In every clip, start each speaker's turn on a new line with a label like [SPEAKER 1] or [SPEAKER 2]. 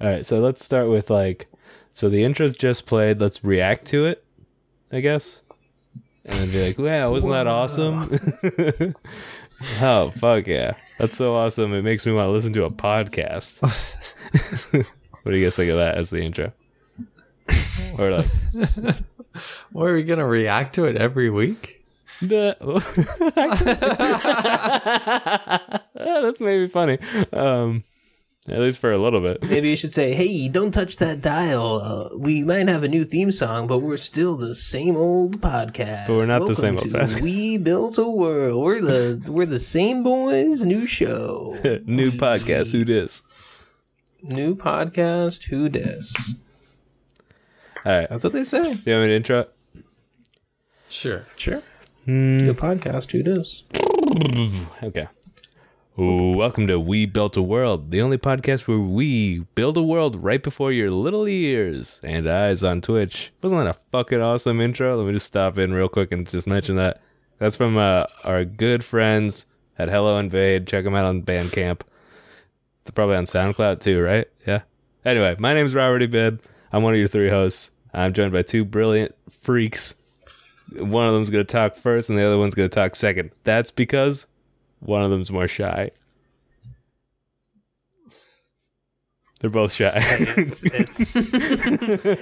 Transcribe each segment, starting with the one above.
[SPEAKER 1] All right, so let's start with like, so the intro's just played. Let's react to it, I guess, and then be like, "Wow, wasn't that awesome?" oh fuck yeah, that's so awesome! It makes me want to listen to a podcast. what do you guys think of that as the intro? or like,
[SPEAKER 2] What are we gonna react to it every week?
[SPEAKER 1] "Nah." that's maybe funny. Um, at least for a little bit.
[SPEAKER 3] Maybe you should say, "Hey, don't touch that dial. Uh, we might have a new theme song, but we're still the same old podcast.
[SPEAKER 1] But we're not the same
[SPEAKER 3] Welcome
[SPEAKER 1] old
[SPEAKER 3] to
[SPEAKER 1] podcast."
[SPEAKER 3] We built a world. We're the we're the same boys. New show,
[SPEAKER 1] New podcast. Who dis?
[SPEAKER 3] new podcast. Who dis?
[SPEAKER 1] All right.
[SPEAKER 3] That's what they say.
[SPEAKER 1] Do you have an intro?
[SPEAKER 2] Sure.
[SPEAKER 3] Sure.
[SPEAKER 1] Hmm.
[SPEAKER 3] New podcast. Who dis?
[SPEAKER 1] Okay. Ooh, welcome to We Built a World, the only podcast where we build a world right before your little ears and eyes on Twitch. Wasn't that a fucking awesome intro? Let me just stop in real quick and just mention that. That's from uh, our good friends at Hello Invade. Check them out on Bandcamp. They're probably on SoundCloud too, right? Yeah. Anyway, my name's Robert Ebed. I'm one of your three hosts. I'm joined by two brilliant freaks. One of them's going to talk first, and the other one's going to talk second. That's because one of them's more shy. They're both shy.
[SPEAKER 3] It's, it's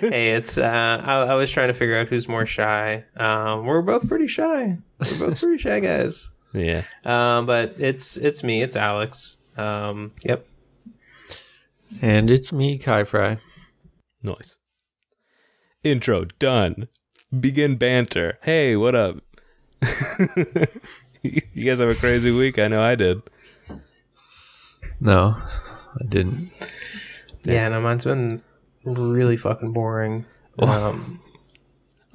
[SPEAKER 3] hey, it's. Uh, I, I was trying to figure out who's more shy. Um, we're both pretty shy. We're both pretty shy guys.
[SPEAKER 1] yeah.
[SPEAKER 3] Um, but it's it's me. It's Alex. Um, yep.
[SPEAKER 2] And it's me, Kai Fry.
[SPEAKER 1] Noise. Intro done. Begin banter. Hey, what up? you guys have a crazy week. I know I did.
[SPEAKER 2] No, I didn't.
[SPEAKER 3] Yeah, no, mine's been really fucking boring. Um,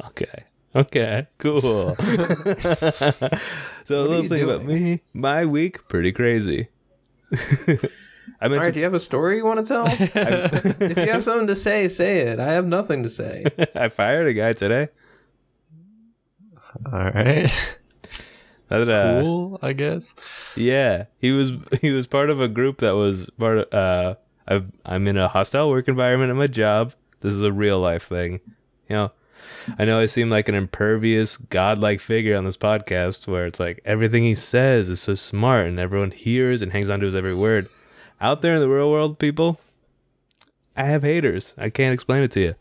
[SPEAKER 1] Okay. Okay. Cool. so a little
[SPEAKER 3] you
[SPEAKER 1] thing about me. My week pretty crazy. I
[SPEAKER 3] all right,
[SPEAKER 1] mentioned
[SPEAKER 3] do you have a story you want to tell? if you have something to say, say it. I have nothing to say.
[SPEAKER 1] I fired a guy today.
[SPEAKER 2] All right.
[SPEAKER 1] That, uh,
[SPEAKER 2] cool, I guess.
[SPEAKER 1] Yeah, he was he was part of a group that was part. Of, uh, I've, I'm in a hostile work environment at my job. This is a real life thing, you know. I know I seem like an impervious, godlike figure on this podcast, where it's like everything he says is so smart, and everyone hears and hangs on to his every word. Out there in the real world, people, I have haters. I can't explain it to you.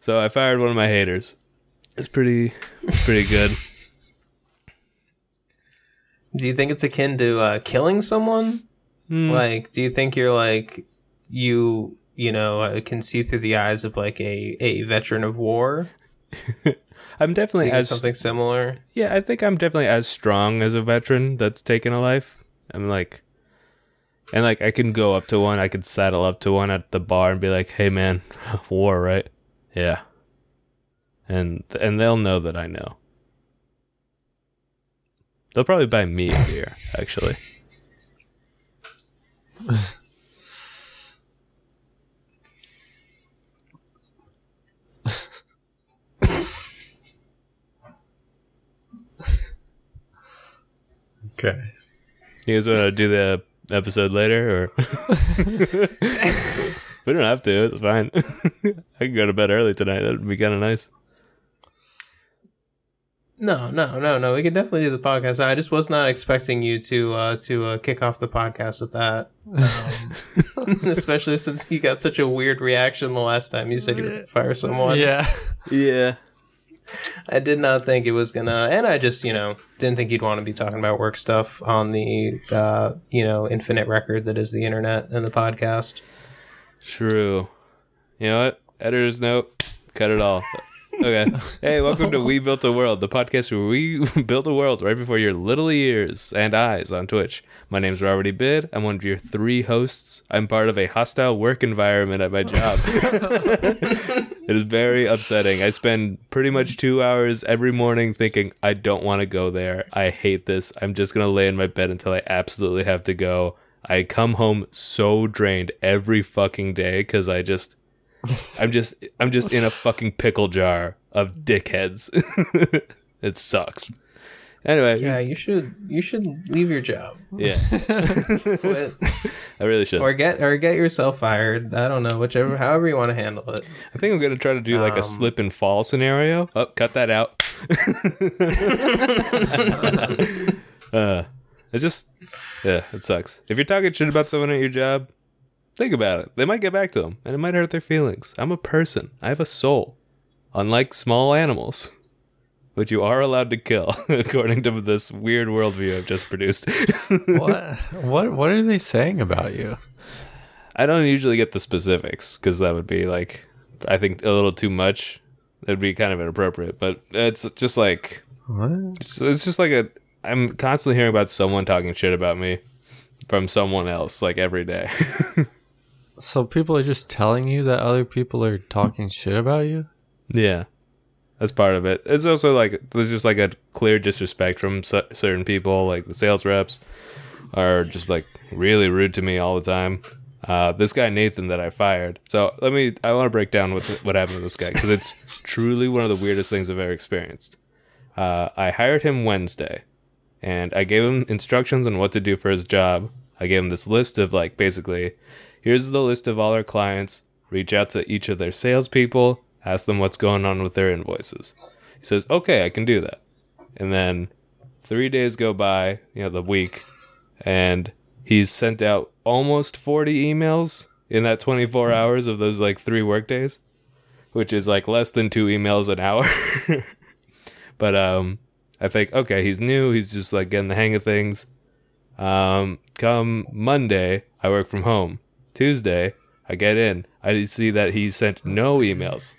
[SPEAKER 1] So I fired one of my haters. It's pretty, pretty good.
[SPEAKER 3] Do you think it's akin to uh, killing someone? Like, do you think you're like you? You know, uh, can see through the eyes of like a a veteran of war.
[SPEAKER 1] I'm definitely
[SPEAKER 3] Think it's
[SPEAKER 1] as
[SPEAKER 3] something similar.
[SPEAKER 1] Yeah, I think I'm definitely as strong as a veteran that's taken a life. I'm like, and like I can go up to one, I can saddle up to one at the bar and be like, "Hey, man, war, right? Yeah." And and they'll know that I know. They'll probably buy me a beer, actually.
[SPEAKER 2] Okay.
[SPEAKER 1] You guys want to do the episode later, or we don't have to. It's fine. I can go to bed early tonight. That'd be kind of nice.
[SPEAKER 3] No, no, no, no. We can definitely do the podcast. I just was not expecting you to uh, to uh, kick off the podcast with that, um, especially since you got such a weird reaction the last time you said you were gonna fire someone.
[SPEAKER 2] Yeah.
[SPEAKER 1] Yeah.
[SPEAKER 3] I did not think it was gonna, and I just you know didn't think you'd want to be talking about work stuff on the uh, you know infinite record that is the internet and the podcast.
[SPEAKER 1] True. You know what? Editor's note. Cut it all. Okay. Hey, welcome to We Built a World, the podcast where we build a world right before your little ears and eyes on Twitch. My name's Robert E. Bid. I'm one of your three hosts. I'm part of a hostile work environment at my job. it is very upsetting. I spend pretty much two hours every morning thinking, I don't want to go there. I hate this. I'm just going to lay in my bed until I absolutely have to go. I come home so drained every fucking day because I just I'm just I'm just in a fucking pickle jar of dickheads. it sucks. Anyway,
[SPEAKER 3] Yeah, you should you should leave your job.
[SPEAKER 1] yeah.
[SPEAKER 3] Quit.
[SPEAKER 1] I really should.
[SPEAKER 3] or get or get yourself fired. I don't know, whichever, however you want to handle it.
[SPEAKER 1] I think I'm gonna try to do like a
[SPEAKER 3] Um,
[SPEAKER 1] slip and fall scenario. Oh, cut that out. uh, it's just, yeah, it sucks. If you're talking shit about someone at your job, think about it. They might get back to them, and it might hurt their feelings. I'm a person. I have a soul, unlike small animals, which you are allowed to kill, according to this weird worldview I've just produced.
[SPEAKER 2] what what what are they saying about you?
[SPEAKER 1] I don't usually get the specifics because that would be like, I think a little too much. That'd be kind of inappropriate, but it's just like
[SPEAKER 2] What?
[SPEAKER 1] it's it's just like a. I'm constantly hearing about someone talking shit about me from someone else, like every day.
[SPEAKER 2] So people are just telling you that other people are talking shit about you?
[SPEAKER 1] yeah, that's part of it. It's also like there's just like a clear disrespect from cer- certain people, like the sales reps are just like really rude to me all the time. Uh, this guy Nathan that I fired. So let me. I want to break down what what happened to this guy because it's truly one of the weirdest things I've ever experienced. Uh, I hired him Wednesday, and I gave him instructions on what to do for his job. I gave him this list of like basically, here's the list of all our clients. Reach out to each of their salespeople, ask them what's going on with their invoices. He says, "Okay, I can do that." And then three days go by, you know, the week, and he's sent out almost 40 emails in that 24 hours of those like three work days which is like less than two emails an hour but um i think okay he's new he's just like getting the hang of things um come monday i work from home tuesday i get in i see that he sent no emails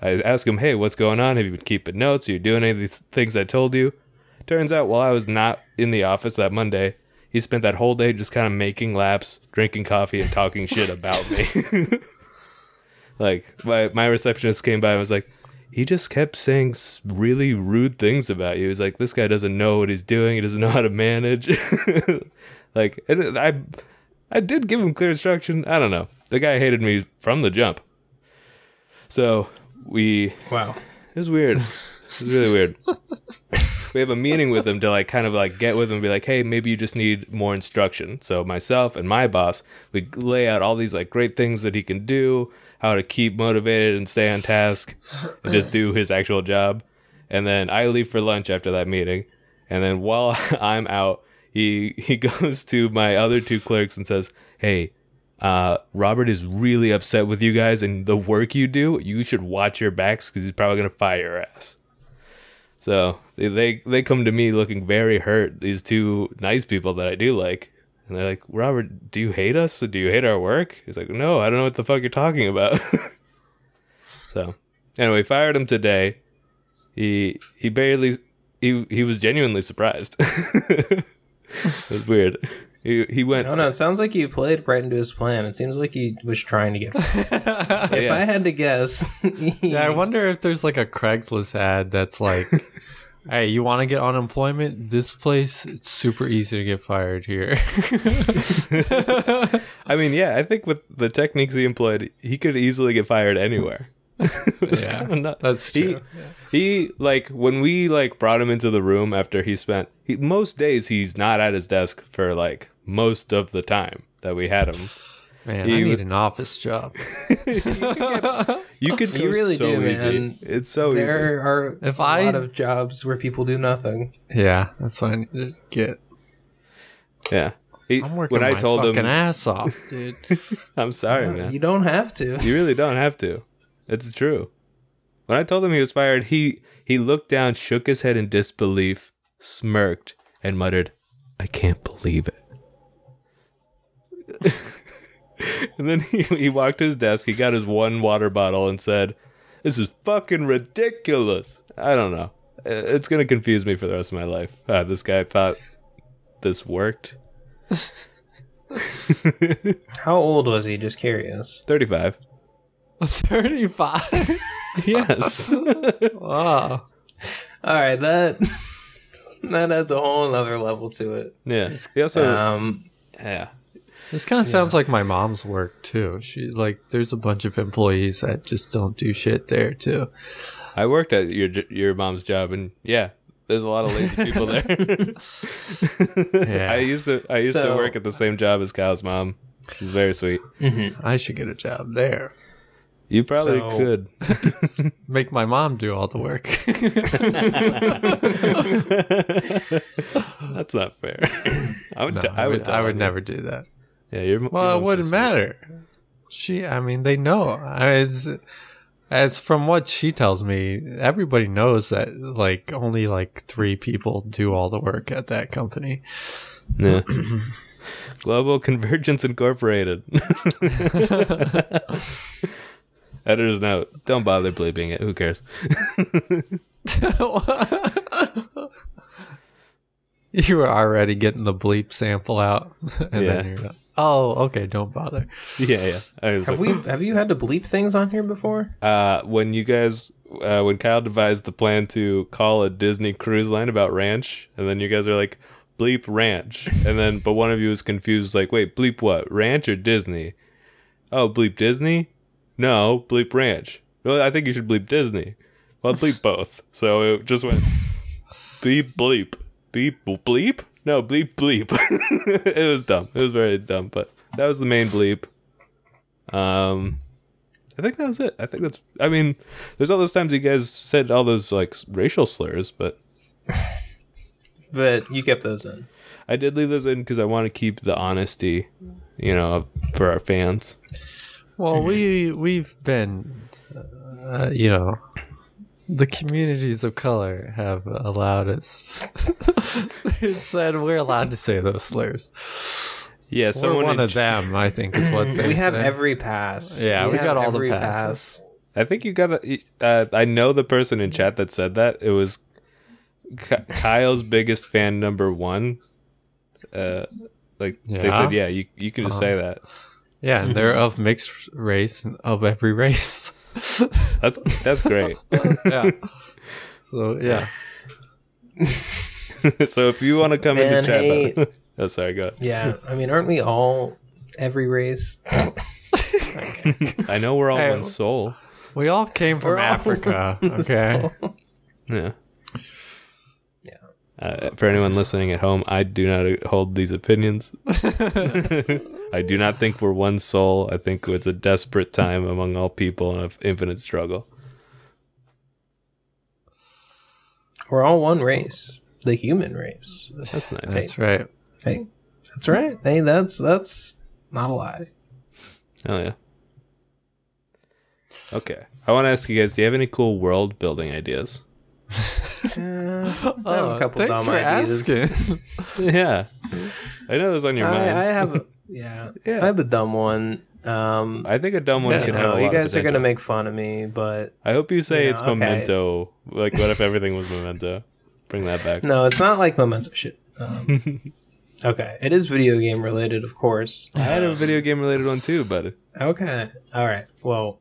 [SPEAKER 1] i ask him hey what's going on have you been keeping notes are you doing any of the things i told you Turns out while I was not in the office that Monday, he spent that whole day just kind of making laps, drinking coffee, and talking shit about me. like my my receptionist came by and was like, he just kept saying s- really rude things about you. He's like, this guy doesn't know what he's doing. He doesn't know how to manage. like and I I did give him clear instruction. I don't know. The guy hated me from the jump. So we
[SPEAKER 3] Wow.
[SPEAKER 1] it was weird. It was really weird. we have a meeting with him to like kind of like get with him and be like, hey, maybe you just need more instruction. So myself and my boss, we lay out all these like great things that he can do, how to keep motivated and stay on task, and just do his actual job. And then I leave for lunch after that meeting. And then while I'm out, he he goes to my other two clerks and says, Hey, uh, Robert is really upset with you guys and the work you do. You should watch your backs because he's probably gonna fire your ass. So they, they they come to me looking very hurt. These two nice people that I do like, and they're like, "Robert, do you hate us? Do you hate our work?" He's like, "No, I don't know what the fuck you're talking about." so anyway, fired him today. He he barely he he was genuinely surprised. it was weird. He he
[SPEAKER 3] I
[SPEAKER 1] went.
[SPEAKER 3] don't know. It sounds like you played right into his plan. It seems like he was trying to get. If
[SPEAKER 1] Yeah.
[SPEAKER 3] I had to guess,
[SPEAKER 2] Yeah, I wonder if there's like a Craigslist ad that's like, "Hey, you want to get unemployment? This place it's super easy to get fired here."
[SPEAKER 1] I mean, yeah, I think with the techniques he employed, he could easily get fired anywhere. It's
[SPEAKER 2] Yeah,
[SPEAKER 1] kinda nuts.
[SPEAKER 2] that's
[SPEAKER 1] He,
[SPEAKER 2] true.
[SPEAKER 1] he like when we like brought him into the room after he spent he, most days he's not at his desk for like most of the time that we had him.
[SPEAKER 2] Man,
[SPEAKER 1] he
[SPEAKER 2] I need
[SPEAKER 1] would-
[SPEAKER 2] an office job.
[SPEAKER 1] You could
[SPEAKER 3] You
[SPEAKER 1] go
[SPEAKER 3] really
[SPEAKER 1] so
[SPEAKER 3] do,
[SPEAKER 1] easy.
[SPEAKER 3] man.
[SPEAKER 1] It's so easy.
[SPEAKER 3] there are
[SPEAKER 2] If
[SPEAKER 3] a
[SPEAKER 2] I-
[SPEAKER 3] lot of jobs where people do nothing.
[SPEAKER 2] Yeah, that's what I need to get.
[SPEAKER 1] Yeah. He,
[SPEAKER 2] I'm working
[SPEAKER 1] when I
[SPEAKER 2] my
[SPEAKER 1] told
[SPEAKER 2] fucking
[SPEAKER 1] him,
[SPEAKER 2] ass off, dude.
[SPEAKER 1] I'm sorry, man.
[SPEAKER 3] You don't have to.
[SPEAKER 1] You really don't have to. It's true. When I told him he was fired, he he looked down, shook his head in disbelief, smirked, and muttered, "I can't believe it." and then he, he walked to his desk. He got his one water bottle and said, "This is fucking ridiculous." I don't know. I- It's gonna confuse me for the rest of my life. Uh, this guy thought this worked.
[SPEAKER 3] How old was he? Just curious.
[SPEAKER 1] Thirty-five.
[SPEAKER 2] Thirty-five.
[SPEAKER 1] Yes.
[SPEAKER 2] Wow,
[SPEAKER 3] All right, that that adds a whole other level to it.
[SPEAKER 1] yeah. He also.
[SPEAKER 3] Um,
[SPEAKER 1] yeah.
[SPEAKER 2] this kind of sounds like my mom's work too. She like, there's a bunch of employees that just don't do shit there too.
[SPEAKER 1] I worked at your j- your mom's job, and yeah, there's a lot of lazy people there.
[SPEAKER 2] Yeah.
[SPEAKER 1] I used to I used to
[SPEAKER 3] So-
[SPEAKER 1] work at the same job as Kyle's mom, She's very sweet.
[SPEAKER 2] I should get a job there.
[SPEAKER 1] You probably
[SPEAKER 3] So-
[SPEAKER 1] could.
[SPEAKER 2] Make my mom do all the work.
[SPEAKER 1] That's not fair. I would.
[SPEAKER 2] No,
[SPEAKER 1] t- I would. tell
[SPEAKER 2] I would
[SPEAKER 1] you.
[SPEAKER 2] never do that.
[SPEAKER 1] Yeah, your, m- your
[SPEAKER 2] Well, it
[SPEAKER 1] mom's
[SPEAKER 2] wouldn't
[SPEAKER 1] so
[SPEAKER 2] matter. She, I mean, they know. As, as from what she tells me, everybody knows that like only like three people do all the work at that company.
[SPEAKER 1] sweet. Yeah. Global Convergence Incorporated. Editor's note: Don't bother bleeping it. Who cares?
[SPEAKER 2] you were already getting the bleep sample out, and
[SPEAKER 1] Yeah.
[SPEAKER 2] then you're like, oh, okay, don't bother.
[SPEAKER 1] Yeah, yeah. I was
[SPEAKER 3] Have
[SPEAKER 1] like,
[SPEAKER 3] we? Have you had to bleep things on here before?
[SPEAKER 1] uh, when you guys, uh, when Kyle devised the plan to call a Disney cruise line about ranch, and then you guys are like, bleep ranch, and then but one of you is confused, like, wait, bleep what, ranch or Disney? Oh, bleep Disney? No, bleep ranch. Well, I think you should bleep Disney. Well, bleep both. So it just went beep bleep beep bleep. No, bleep bleep. it was dumb. It was very dumb, but that was the main bleep. Um, I think that was it. I think that's. I mean, there's all those times you guys said all those like s- racial slurs, but
[SPEAKER 3] But you kept those in.
[SPEAKER 1] I did leave those in because I want to keep the honesty, you know, for our fans.
[SPEAKER 2] Well, we we've been, uh, you know, the communities of color have allowed us. They've said we're allowed to say those slurs.
[SPEAKER 1] Yeah,
[SPEAKER 2] we're
[SPEAKER 1] someone.
[SPEAKER 2] one
[SPEAKER 1] in
[SPEAKER 2] of
[SPEAKER 1] ch-
[SPEAKER 2] them, I think, is what they
[SPEAKER 3] We have
[SPEAKER 2] say.
[SPEAKER 3] every pass.
[SPEAKER 2] Yeah, we
[SPEAKER 3] have
[SPEAKER 2] got all the
[SPEAKER 3] every
[SPEAKER 2] passes.
[SPEAKER 1] I think you got. A, uh, I know the person in chat that said that. It was Ky- Kyle's biggest fan number one. Uh, like they
[SPEAKER 2] Yeah? Uh-huh.
[SPEAKER 1] said, yeah, you you can just say that.
[SPEAKER 2] yeah, and they're of mixed race and of every race.
[SPEAKER 1] That's that's great.
[SPEAKER 2] yeah. So yeah,
[SPEAKER 1] so if you want to come
[SPEAKER 3] Man,
[SPEAKER 1] into chat,
[SPEAKER 3] hey.
[SPEAKER 1] about- oh sorry, go. Ahead.
[SPEAKER 3] Yeah, I mean, aren't we all every race?
[SPEAKER 1] I know we're all
[SPEAKER 2] Hey.
[SPEAKER 1] one soul.
[SPEAKER 2] we all came from
[SPEAKER 3] We're all-
[SPEAKER 2] Africa. Okay.
[SPEAKER 1] Yeah.
[SPEAKER 3] Yeah.
[SPEAKER 1] Uh, for anyone listening at home, I do not uh, hold these opinions. I do not think we're one soul. I think it's a desperate time among all people and of infinite struggle.
[SPEAKER 3] We're all one race, the human race.
[SPEAKER 1] That's nice.
[SPEAKER 2] That's right.
[SPEAKER 3] Hey, that's right. Hey, that's that's not a lie.
[SPEAKER 1] Oh yeah. Okay. I want to ask you guys: Do you have any cool world building ideas?
[SPEAKER 3] Uh, I have a couple
[SPEAKER 2] Oh, thanks
[SPEAKER 3] dumb
[SPEAKER 2] for
[SPEAKER 3] ideas.
[SPEAKER 2] asking.
[SPEAKER 1] yeah. I know those on your mind.
[SPEAKER 3] I, I have a yeah,
[SPEAKER 1] Yeah.
[SPEAKER 3] I have a dumb one. Um,
[SPEAKER 1] I think a dumb one
[SPEAKER 2] Yeah,
[SPEAKER 1] could
[SPEAKER 3] you
[SPEAKER 1] have
[SPEAKER 3] know,
[SPEAKER 1] a
[SPEAKER 3] you
[SPEAKER 1] lot
[SPEAKER 3] guys
[SPEAKER 1] of
[SPEAKER 3] are gonna
[SPEAKER 1] potential.
[SPEAKER 3] make fun of me, but
[SPEAKER 1] I hope you say
[SPEAKER 3] Yeah,
[SPEAKER 1] it's
[SPEAKER 3] okay.
[SPEAKER 1] memento. Like, what if everything was memento? Bring that back.
[SPEAKER 3] no, it's not like memento shit. Um, okay, it is video game related, of course.
[SPEAKER 1] I had a video game related one too, but
[SPEAKER 3] Okay. All right. Well,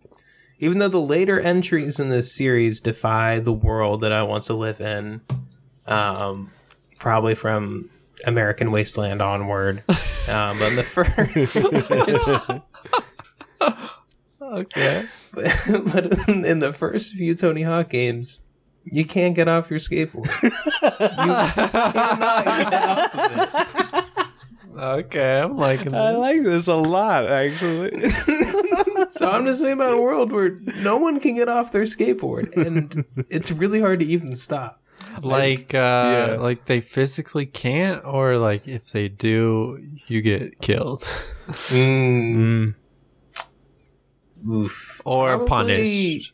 [SPEAKER 3] even though the later entries in this series defy the world that I want to live in, um, probably from American Wasteland onward, um, but in the first,
[SPEAKER 2] okay.
[SPEAKER 3] but in, in the first few Tony Hawk games, you can't get off your skateboard.
[SPEAKER 2] Okay, I'm liking this.
[SPEAKER 1] I like this a lot, actually.
[SPEAKER 3] So I'm just saying about a world where no one can get off their skateboard, and it's really hard to even stop.
[SPEAKER 2] like uh
[SPEAKER 1] yeah.
[SPEAKER 2] like they physically can't or like if they do you get killed
[SPEAKER 3] Oof.
[SPEAKER 2] or
[SPEAKER 3] Probably-
[SPEAKER 2] punished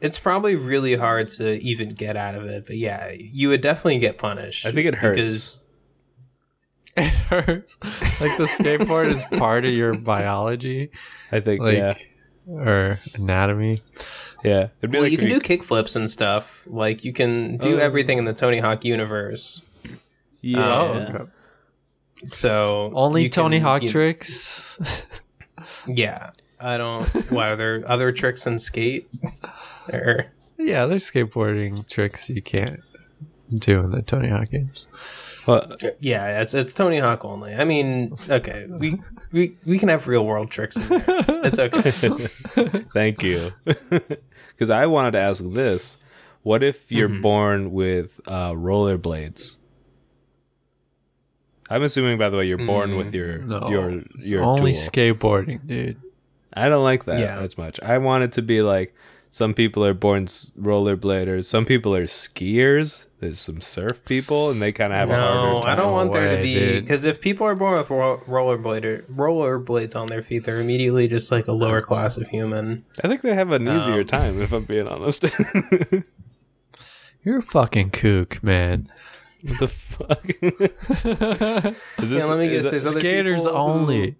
[SPEAKER 3] It's probably really hard to even get out of it, but yeah, you would definitely get punished.
[SPEAKER 1] I think it hurts.
[SPEAKER 3] because
[SPEAKER 2] it hurts like the skateboard is part of your biology
[SPEAKER 1] I think,
[SPEAKER 2] like
[SPEAKER 1] yeah,
[SPEAKER 2] or anatomy
[SPEAKER 1] yeah. It'd be
[SPEAKER 3] well,
[SPEAKER 1] like
[SPEAKER 3] you can
[SPEAKER 1] if
[SPEAKER 3] do kickflips and stuff. Like you can do
[SPEAKER 1] Oh.
[SPEAKER 3] everything in the Tony Hawk universe. Um,
[SPEAKER 1] yeah.
[SPEAKER 2] oh okay.
[SPEAKER 3] So
[SPEAKER 2] only
[SPEAKER 3] you can-
[SPEAKER 2] tony hawk
[SPEAKER 3] you-
[SPEAKER 2] tricks
[SPEAKER 3] Yeah, I don't. Why are there other tricks in skate? or
[SPEAKER 2] yeah there's skateboarding tricks you can't do in the tony hawk games
[SPEAKER 1] Well,
[SPEAKER 3] yeah, it's it's Tony Hawk only. I mean, okay, we we we can have real world tricks. In there. It's okay.
[SPEAKER 1] thank you. Because I wanted to ask this:
[SPEAKER 3] Mm-hmm.
[SPEAKER 1] What if you're born with uh, rollerblades? I'm assuming, by the way, you're born
[SPEAKER 3] Mm,
[SPEAKER 1] with your
[SPEAKER 2] No,
[SPEAKER 1] your
[SPEAKER 2] it's
[SPEAKER 1] your
[SPEAKER 2] only
[SPEAKER 1] tool.
[SPEAKER 2] skateboarding, dude.
[SPEAKER 1] I don't like that
[SPEAKER 3] Yeah.
[SPEAKER 1] as much. I want it to be like some people are born s- rollerbladers, some people are skiers. There's some surf people, and they kind of have a
[SPEAKER 3] No,
[SPEAKER 1] harder time.
[SPEAKER 3] I don't want there
[SPEAKER 2] Way,
[SPEAKER 3] to be
[SPEAKER 2] dude.
[SPEAKER 3] because if people are born with ro- rollerblader rollerblades on their feet, they're immediately just like a lower class of human.
[SPEAKER 1] I think they have an easier
[SPEAKER 3] Um,
[SPEAKER 1] time, if I'm being honest.
[SPEAKER 2] You're a fucking kook, man.
[SPEAKER 1] What the fuck? is this,
[SPEAKER 3] Yeah, let me
[SPEAKER 1] is
[SPEAKER 3] guess.
[SPEAKER 1] that-
[SPEAKER 3] There's other
[SPEAKER 2] Skaters
[SPEAKER 3] people who-
[SPEAKER 2] only.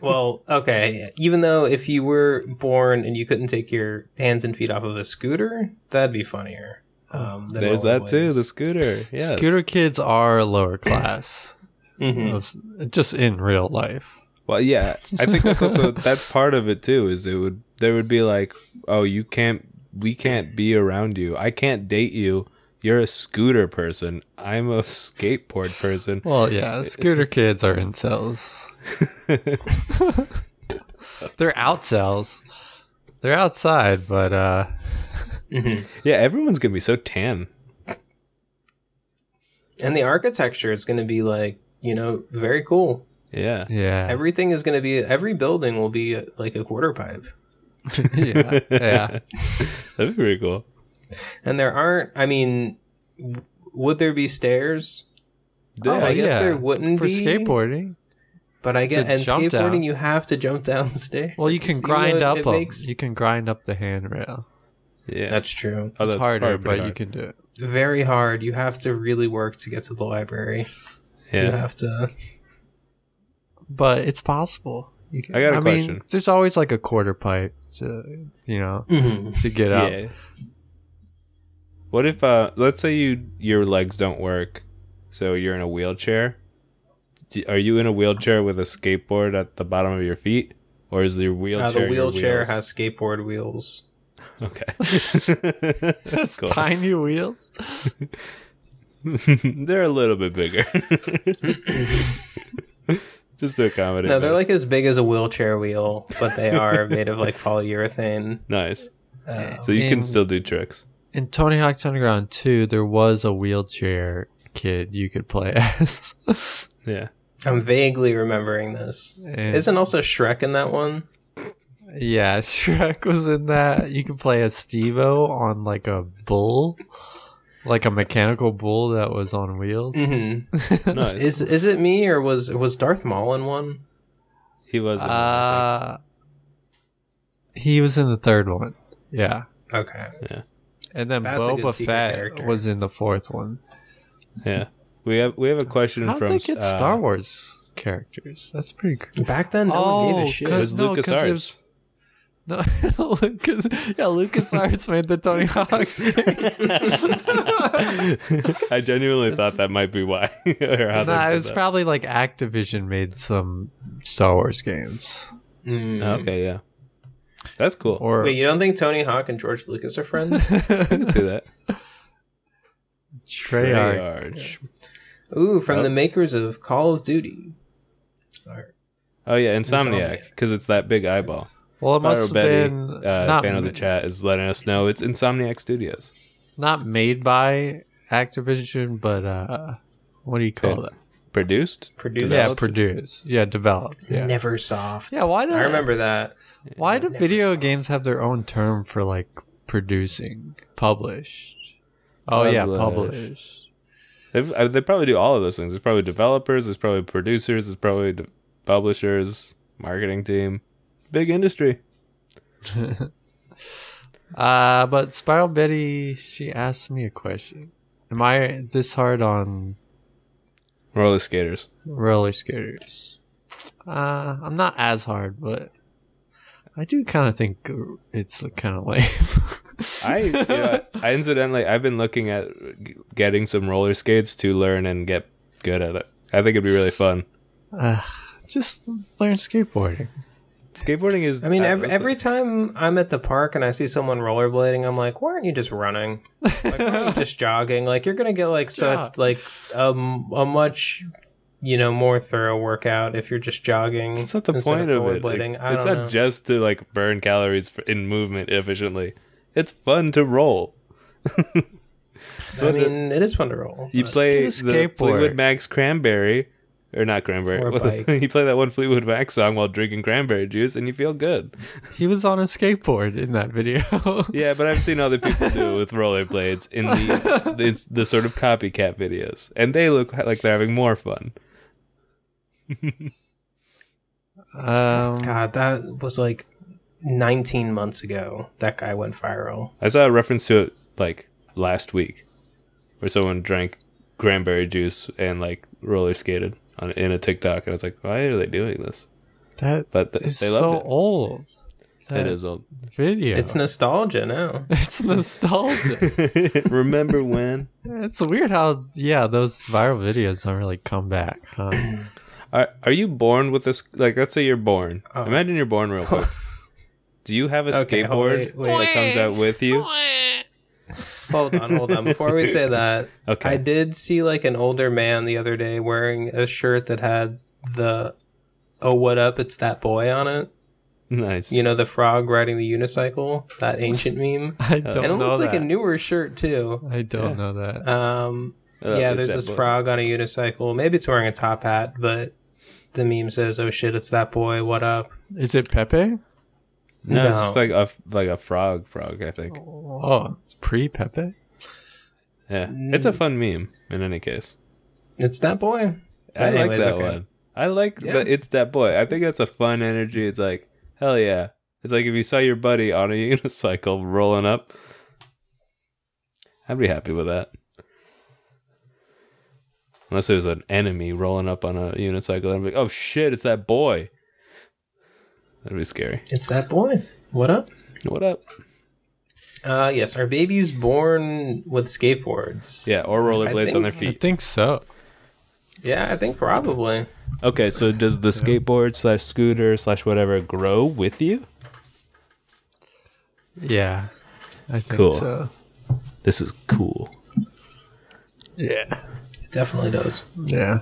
[SPEAKER 3] Well, okay. Even though if you were born and you couldn't take your hands and feet off of a scooter, that'd be funnier. Um, than
[SPEAKER 1] there's that too.
[SPEAKER 3] rollerblades.
[SPEAKER 1] The scooter. Yes.
[SPEAKER 2] Scooter kids are lower class,
[SPEAKER 3] Mhm.
[SPEAKER 2] of- just in real life.
[SPEAKER 1] Well, yeah, I think that's also that's part of it too. Is it would there would be like, oh, you can't, we can't be around you. I can't date you. You're a scooter person. I'm a skateboard person.
[SPEAKER 2] Well, yeah, Uh, scooter kids are incels. They're outcells. They're outside, but uh,
[SPEAKER 1] Yeah, everyone's gonna be so tan.
[SPEAKER 3] And the architecture is going to be like you know very cool.
[SPEAKER 1] Yeah,
[SPEAKER 2] yeah,
[SPEAKER 3] Everything is going to be every building will be uh, like a quarter pipe.
[SPEAKER 2] yeah, yeah.
[SPEAKER 1] that'd be pretty cool.
[SPEAKER 3] And there aren't. I mean, w- would there be stairs?
[SPEAKER 2] Oh,
[SPEAKER 3] I guess
[SPEAKER 2] yeah.
[SPEAKER 3] there wouldn't
[SPEAKER 2] for
[SPEAKER 3] be.
[SPEAKER 2] skateboarding.
[SPEAKER 3] But I guess
[SPEAKER 2] To
[SPEAKER 3] and
[SPEAKER 2] jump
[SPEAKER 3] skateboarding,
[SPEAKER 2] down.
[SPEAKER 3] you have to jump downstairs.
[SPEAKER 2] Well, you can
[SPEAKER 3] You know,
[SPEAKER 2] grind
[SPEAKER 3] it-
[SPEAKER 2] up
[SPEAKER 3] it
[SPEAKER 2] 'em.
[SPEAKER 3] makes-
[SPEAKER 2] You can grind up the handrail.
[SPEAKER 1] Yeah,
[SPEAKER 3] That's true.
[SPEAKER 1] Oh, that's
[SPEAKER 2] it's harder,
[SPEAKER 1] probably pretty
[SPEAKER 2] but you
[SPEAKER 1] hard.
[SPEAKER 2] can do it.
[SPEAKER 3] Very hard. You have to really work to get to the library. You
[SPEAKER 1] Yeah,
[SPEAKER 3] have to.
[SPEAKER 2] But it's possible. You can,
[SPEAKER 1] I got a
[SPEAKER 2] Mean,
[SPEAKER 1] question.
[SPEAKER 2] there's always like a quarter pipe to you know
[SPEAKER 3] Mhm.
[SPEAKER 2] to get up.
[SPEAKER 1] yeah. What if, uh, let's say you your legs don't work, so you're in a wheelchair. D- Are you in a wheelchair with a skateboard at the bottom of your feet, or is your wheelchair?
[SPEAKER 3] Uh, the
[SPEAKER 1] your
[SPEAKER 3] wheelchair
[SPEAKER 1] wheels?
[SPEAKER 3] has skateboard wheels.
[SPEAKER 1] Okay.
[SPEAKER 2] That's
[SPEAKER 1] Cool.
[SPEAKER 2] tiny wheels.
[SPEAKER 1] they're a little bit bigger. Just to accommodate.
[SPEAKER 3] No, they're
[SPEAKER 1] that.
[SPEAKER 3] like as big as a wheelchair wheel, but they are made of like polyurethane.
[SPEAKER 1] nice.
[SPEAKER 3] Uh,
[SPEAKER 1] So you can
[SPEAKER 2] And-
[SPEAKER 1] still do tricks.
[SPEAKER 2] in Tony Hawk's Underground 2, there was a wheelchair kid you could play as.
[SPEAKER 1] Yeah.
[SPEAKER 3] I'm vaguely remembering this.
[SPEAKER 2] And-
[SPEAKER 3] Isn't also Shrek in that one?
[SPEAKER 2] yeah, Shrek was in that. You could play as Stevo on like a bull, like a mechanical bull that was on wheels.
[SPEAKER 1] Mm-hmm.
[SPEAKER 3] hmm
[SPEAKER 1] Nice.
[SPEAKER 3] Is is it me or was was Darth Maul in one?
[SPEAKER 1] he was. in it, I
[SPEAKER 2] Uh, he was in the third one. Yeah.
[SPEAKER 3] Okay.
[SPEAKER 2] And then
[SPEAKER 3] That's a good
[SPEAKER 2] Boba
[SPEAKER 3] secret
[SPEAKER 2] Fett
[SPEAKER 3] character.
[SPEAKER 2] was in the fourth one.
[SPEAKER 1] think. Yeah. We have we have a question
[SPEAKER 2] How'd
[SPEAKER 1] from
[SPEAKER 2] they get
[SPEAKER 1] uh,
[SPEAKER 2] Star Wars characters? That's pretty cool.
[SPEAKER 3] Back then, no one gave a shit.
[SPEAKER 1] It was
[SPEAKER 2] no, 'cause
[SPEAKER 1] LucasArts.
[SPEAKER 2] it was- No, Lucas. Yeah, LucasArts made the Tony Hawk's. games.
[SPEAKER 1] I genuinely thought that might be why. or how they
[SPEAKER 2] nah, it
[SPEAKER 1] did
[SPEAKER 2] was
[SPEAKER 1] that.
[SPEAKER 2] probably like Activision made some Star Wars games,
[SPEAKER 3] Mm.
[SPEAKER 1] Oh, okay, yeah. That's cool.
[SPEAKER 2] or
[SPEAKER 3] Wait, you don't think Tony Hawk and George Lucas are friends?
[SPEAKER 1] I can see that.
[SPEAKER 2] Treyarch.
[SPEAKER 1] Treyarch.
[SPEAKER 3] Ooh, from
[SPEAKER 1] Yep.
[SPEAKER 3] the makers of Call of Duty. Or-
[SPEAKER 1] Oh yeah, Insomniac, because it's that big eyeball.
[SPEAKER 2] Well, it
[SPEAKER 1] Pyro
[SPEAKER 2] must have
[SPEAKER 1] Betty,
[SPEAKER 2] been
[SPEAKER 1] uh,
[SPEAKER 2] not
[SPEAKER 1] fan of the
[SPEAKER 2] ma-
[SPEAKER 1] chat, is letting us know it's Insomniac Studios.
[SPEAKER 2] not made by Activision, but uh, what do you call
[SPEAKER 1] Yeah.
[SPEAKER 2] that?
[SPEAKER 1] Produced?
[SPEAKER 3] Produced.
[SPEAKER 2] Yeah,
[SPEAKER 1] Developed.
[SPEAKER 2] produce. Yeah, develop. Yeah.
[SPEAKER 3] Never soft.
[SPEAKER 2] Yeah, why
[SPEAKER 3] I
[SPEAKER 2] don't-
[SPEAKER 3] remember that.
[SPEAKER 2] Why do
[SPEAKER 3] Never
[SPEAKER 2] video games have their own term for like producing, published? Oh yeah,
[SPEAKER 1] Publish.
[SPEAKER 2] published.
[SPEAKER 1] They've, uh, they probably do all of those things. There's probably developers, there's probably producers, there's probably de- publishers, marketing team. Big industry.
[SPEAKER 2] Uh, but Spiral Betty, she asked me a question. Am I this hard on
[SPEAKER 1] Roller skaters.
[SPEAKER 2] roller skaters? Uh, I'm not as hard, but I do kind of think it's kind of lame.
[SPEAKER 1] I, you know, I incidentally, I've been looking at g- getting some roller skates to learn and get good at it. I think it'd be really fun.
[SPEAKER 2] Just learn skateboarding.
[SPEAKER 1] Skateboarding is.
[SPEAKER 3] I mean,
[SPEAKER 1] uh,
[SPEAKER 3] every,
[SPEAKER 1] it's-
[SPEAKER 3] every time I'm at the park and I see someone rollerblading, I'm like, why aren't you just running? Like, why aren't you just jogging? Like, you're gonna get like so
[SPEAKER 2] jog.
[SPEAKER 3] like um a much you know more thorough workout if you're just jogging.
[SPEAKER 1] That's not the
[SPEAKER 3] instead
[SPEAKER 1] point of it. Like,
[SPEAKER 3] rollerblading. I
[SPEAKER 1] it's
[SPEAKER 3] don't
[SPEAKER 1] not
[SPEAKER 3] know.
[SPEAKER 1] just to like burn calories for, in movement efficiently. It's fun to roll.
[SPEAKER 3] I mean, it is fun to roll.
[SPEAKER 1] You
[SPEAKER 3] but-
[SPEAKER 1] play
[SPEAKER 2] get a
[SPEAKER 1] the
[SPEAKER 2] skateboard.
[SPEAKER 1] Fleetwood Mac's Cranberry or not cranberry.
[SPEAKER 3] Or a
[SPEAKER 1] What the- you play that one Fleetwood Mac song while drinking cranberry juice, and you feel good.
[SPEAKER 2] He was on a skateboard in that video.
[SPEAKER 1] Yeah, but I've seen other people do it with rollerblades in the, the the sort of copycat videos, and they look like they're having more fun.
[SPEAKER 2] Um,
[SPEAKER 3] God, that was like 19 months ago. That guy went viral.
[SPEAKER 1] I saw a reference to it like last week, where someone drank cranberry juice and like roller skated on in a TikTok, and I was like, why are they doing this?
[SPEAKER 2] that
[SPEAKER 1] But th-
[SPEAKER 2] is
[SPEAKER 1] they loved
[SPEAKER 2] so
[SPEAKER 1] it.
[SPEAKER 2] old. That
[SPEAKER 1] It is old.
[SPEAKER 2] video.
[SPEAKER 3] It's nostalgia now.
[SPEAKER 2] it's nostalgic.
[SPEAKER 1] Remember when?
[SPEAKER 2] It's weird how yeah those viral videos don't really come back. Huh?
[SPEAKER 1] Are are you born with this? Like, let's say you're born. Imagine you're born real quick. Do you have a
[SPEAKER 3] Okay, hold-
[SPEAKER 1] skateboard
[SPEAKER 3] wait, wait.
[SPEAKER 1] that comes out with you?
[SPEAKER 3] Hold on, hold on. Before we say that,
[SPEAKER 1] Okay.
[SPEAKER 3] I did see like an older man the other day wearing a shirt that had the "Oh what up, it's that boy" on it.
[SPEAKER 1] Nice.
[SPEAKER 3] You know, the frog riding the unicycle, that ancient meme.
[SPEAKER 1] Uh,
[SPEAKER 2] I
[SPEAKER 3] And it
[SPEAKER 2] don't know
[SPEAKER 3] looks
[SPEAKER 2] that.
[SPEAKER 3] like a newer shirt too.
[SPEAKER 2] I don't know that.
[SPEAKER 3] Um,
[SPEAKER 1] Oh, that's
[SPEAKER 3] yeah,
[SPEAKER 1] it,
[SPEAKER 3] there's
[SPEAKER 1] that
[SPEAKER 3] this
[SPEAKER 1] boy.
[SPEAKER 3] frog on a unicycle. Maybe it's wearing a top hat, but the meme says, "Oh shit, it's that boy. What up?"
[SPEAKER 2] Is it Pepe?
[SPEAKER 1] No, it's
[SPEAKER 3] No.
[SPEAKER 1] just like a like a frog, frog. I think.
[SPEAKER 2] Oh, pre Pepe.
[SPEAKER 1] Yeah, it's a
[SPEAKER 3] Mm.
[SPEAKER 1] fun meme. In any case,
[SPEAKER 3] It's that boy.
[SPEAKER 1] I
[SPEAKER 3] Anyways,
[SPEAKER 1] like that
[SPEAKER 3] okay.
[SPEAKER 1] one. I like
[SPEAKER 3] Yeah.
[SPEAKER 1] that. It's that boy. I think that's a fun energy. It's like hell yeah. It's like if you saw your buddy on a unicycle rolling up. I'd be happy with that. Unless there's an enemy rolling up on a unicycle, I'd be like, "Oh shit, it's that boy." That'd be scary.
[SPEAKER 3] It's that boy. What up?
[SPEAKER 1] What up?
[SPEAKER 3] Uh, yes, are babies born with skateboards?
[SPEAKER 1] Yeah, or rollerblades on their
[SPEAKER 2] I
[SPEAKER 1] feet.
[SPEAKER 2] think so.
[SPEAKER 3] Yeah, I think probably.
[SPEAKER 1] Okay, so does the skateboard slash scooter slash whatever grow with you?
[SPEAKER 2] Yeah, I think
[SPEAKER 1] Cool.
[SPEAKER 2] so.
[SPEAKER 1] This is cool.
[SPEAKER 2] Yeah,
[SPEAKER 3] It definitely does.
[SPEAKER 2] yeah.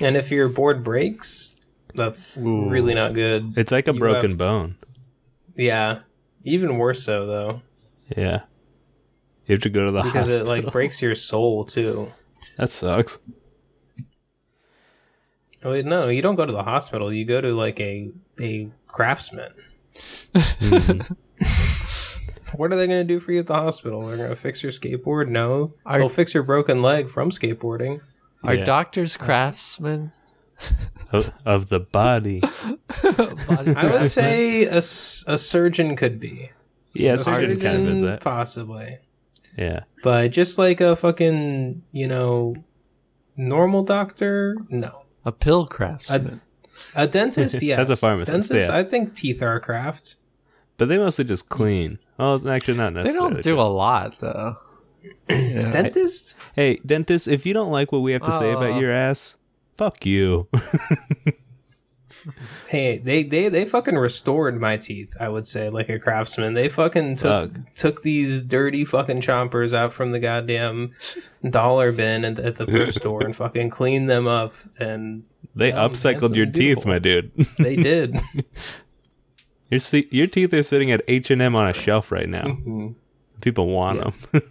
[SPEAKER 3] And if your board breaks, that's really not good.
[SPEAKER 1] It's like a
[SPEAKER 3] You
[SPEAKER 1] broken
[SPEAKER 3] have-
[SPEAKER 1] bone.
[SPEAKER 3] yeah. Even worse so though,
[SPEAKER 1] Yeah. You have to go to the
[SPEAKER 3] because
[SPEAKER 1] hospital.
[SPEAKER 3] it like breaks your soul too.
[SPEAKER 1] that sucks.
[SPEAKER 3] Oh, Wait, no, you don't go to the hospital. You go to like a a craftsman.
[SPEAKER 1] Mm-hmm.
[SPEAKER 3] what are they going to do for you at the hospital? They're going to fix your skateboard? No.
[SPEAKER 2] Are-
[SPEAKER 3] They'll fix your broken leg from skateboarding.
[SPEAKER 2] Are
[SPEAKER 1] Yeah.
[SPEAKER 2] doctors
[SPEAKER 3] Uh,
[SPEAKER 2] craftsmen?
[SPEAKER 1] Of, of the body.
[SPEAKER 2] Body
[SPEAKER 3] I would say a, s- a surgeon could be.
[SPEAKER 1] Yeah,
[SPEAKER 3] A
[SPEAKER 1] surgeon kind of is that.
[SPEAKER 3] Possibly.
[SPEAKER 1] Yeah.
[SPEAKER 3] But just like a fucking, you know, normal doctor, no.
[SPEAKER 2] a pill craftsman.
[SPEAKER 3] A dentist, yes.
[SPEAKER 1] That's a pharmacist,
[SPEAKER 3] Dentist,
[SPEAKER 1] yeah.
[SPEAKER 3] I think teeth are a craft.
[SPEAKER 1] But they mostly just clean. Well, it's actually not
[SPEAKER 2] they
[SPEAKER 1] necessarily.
[SPEAKER 2] don't do a lot though. Yeah.
[SPEAKER 3] Dentist?
[SPEAKER 1] Hey, dentist, if you don't like what we have to say
[SPEAKER 2] Aw.
[SPEAKER 3] Uh,
[SPEAKER 1] about your ass, fuck you.
[SPEAKER 3] Hey, they, they they fucking restored my teeth, I would say, like a craftsman. They fucking took took these dirty fucking chompers out from the goddamn dollar bin at, at the thrift store and fucking cleaned them up and
[SPEAKER 1] They
[SPEAKER 3] Um,
[SPEAKER 1] upcycled
[SPEAKER 3] handsome
[SPEAKER 1] your
[SPEAKER 3] and
[SPEAKER 1] teeth,
[SPEAKER 3] beautiful.
[SPEAKER 1] my dude.
[SPEAKER 3] they did.
[SPEAKER 1] your, se- your teeth are sitting at H&M on a shelf right now.
[SPEAKER 3] Mm-hmm.
[SPEAKER 1] People want them.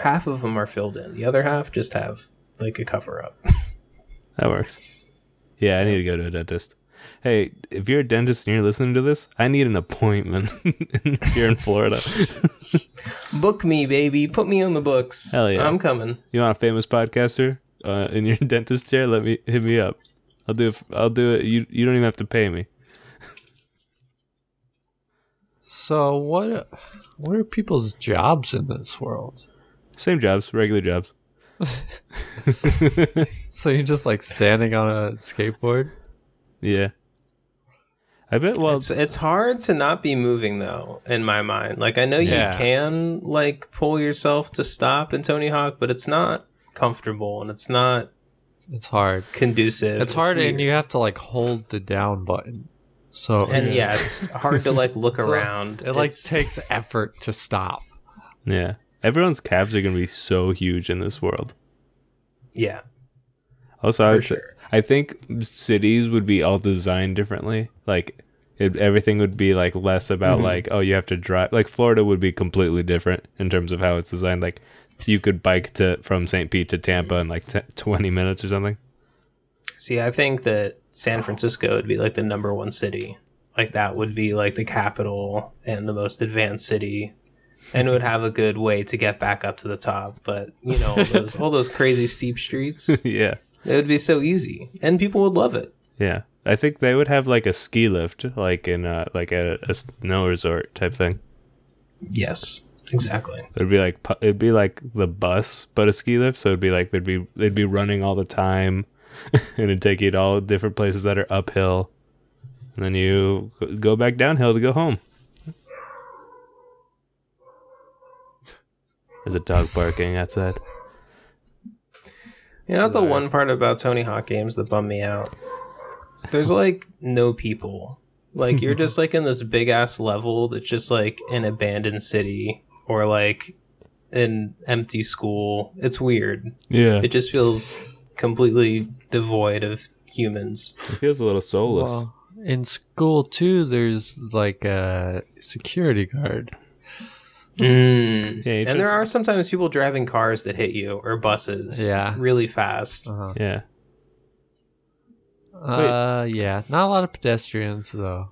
[SPEAKER 3] half of them are filled in. The other half just have like a cover up.
[SPEAKER 1] That works. Yeah, I need to go to a dentist. Hey, if you're a dentist and you're listening to this, I need an appointment here in Florida.
[SPEAKER 3] Book me, baby. Put me on the books.
[SPEAKER 1] Hell yeah.
[SPEAKER 3] I'm coming.
[SPEAKER 1] You want a famous podcaster uh, in your dentist chair? Let me hit me up. I'll do it. I'll do it. You you don't even have to pay me.
[SPEAKER 2] So what? What are people's jobs in this world?
[SPEAKER 1] Same jobs, regular jobs.
[SPEAKER 2] So you're just like standing on a skateboard.
[SPEAKER 1] Yeah. I bet. Well,
[SPEAKER 3] It's it's hard to not be moving though, in my mind. Like I know
[SPEAKER 2] Yeah.
[SPEAKER 3] you can like pull yourself to stop in Tony Hawk, but it's not comfortable and it's not
[SPEAKER 2] It's hard.
[SPEAKER 3] conducive.
[SPEAKER 2] It's hard, and
[SPEAKER 3] weird.
[SPEAKER 2] you have to like hold the down button. So
[SPEAKER 3] and yeah, it's hard to like look
[SPEAKER 2] So,
[SPEAKER 3] around.
[SPEAKER 2] it like
[SPEAKER 3] It's-
[SPEAKER 2] takes effort to stop.
[SPEAKER 1] yeah. Everyone's calves are gonna be so huge in this world.
[SPEAKER 3] yeah.
[SPEAKER 1] Also, Oh, I,
[SPEAKER 3] For
[SPEAKER 1] would say-
[SPEAKER 3] sure.
[SPEAKER 1] I think cities would be all designed differently. Like it, everything would be like
[SPEAKER 3] Mm-hmm.
[SPEAKER 1] less about like oh you have to drive. Like Florida would be completely different in terms of how it's designed. Like you could bike to from St. Pete to Tampa in like t- 20 minutes or something.
[SPEAKER 3] See, I think that San Francisco would be like the number one city. Like that would be like the capital and the most advanced city, and would have a good way to get back up to the top. But you know, all those, all those crazy steep streets, it
[SPEAKER 1] yeah.
[SPEAKER 3] would be so easy, and people would love it.
[SPEAKER 1] Yeah. I think they would have like a ski lift, like in uh, like a, a snow resort type thing.
[SPEAKER 3] Yes, exactly.
[SPEAKER 1] It'd be like pu- it'd be like the bus, but a ski lift. So it'd be like they'd be they'd be running all the time, and it'd take you to all different places that are uphill, and then you g- go back downhill to go home. There's a dog barking outside.
[SPEAKER 3] You know, the one part about Tony Hawk games that bummed me out. There's like no people. Like you're just like in this big ass level that's just like an abandoned city or like an empty school. It's weird.
[SPEAKER 1] Yeah,
[SPEAKER 3] It just feels completely devoid of humans.
[SPEAKER 1] it feels a little soulless.
[SPEAKER 2] Well, in school too, there's like a security guard.
[SPEAKER 1] Yeah, you
[SPEAKER 3] and there
[SPEAKER 1] just-
[SPEAKER 3] are sometimes people driving cars that hit you or buses.
[SPEAKER 2] Yeah.
[SPEAKER 3] Really fast.
[SPEAKER 2] Uh-huh.
[SPEAKER 1] yeah,
[SPEAKER 2] Uh, yeah, not a lot of pedestrians though.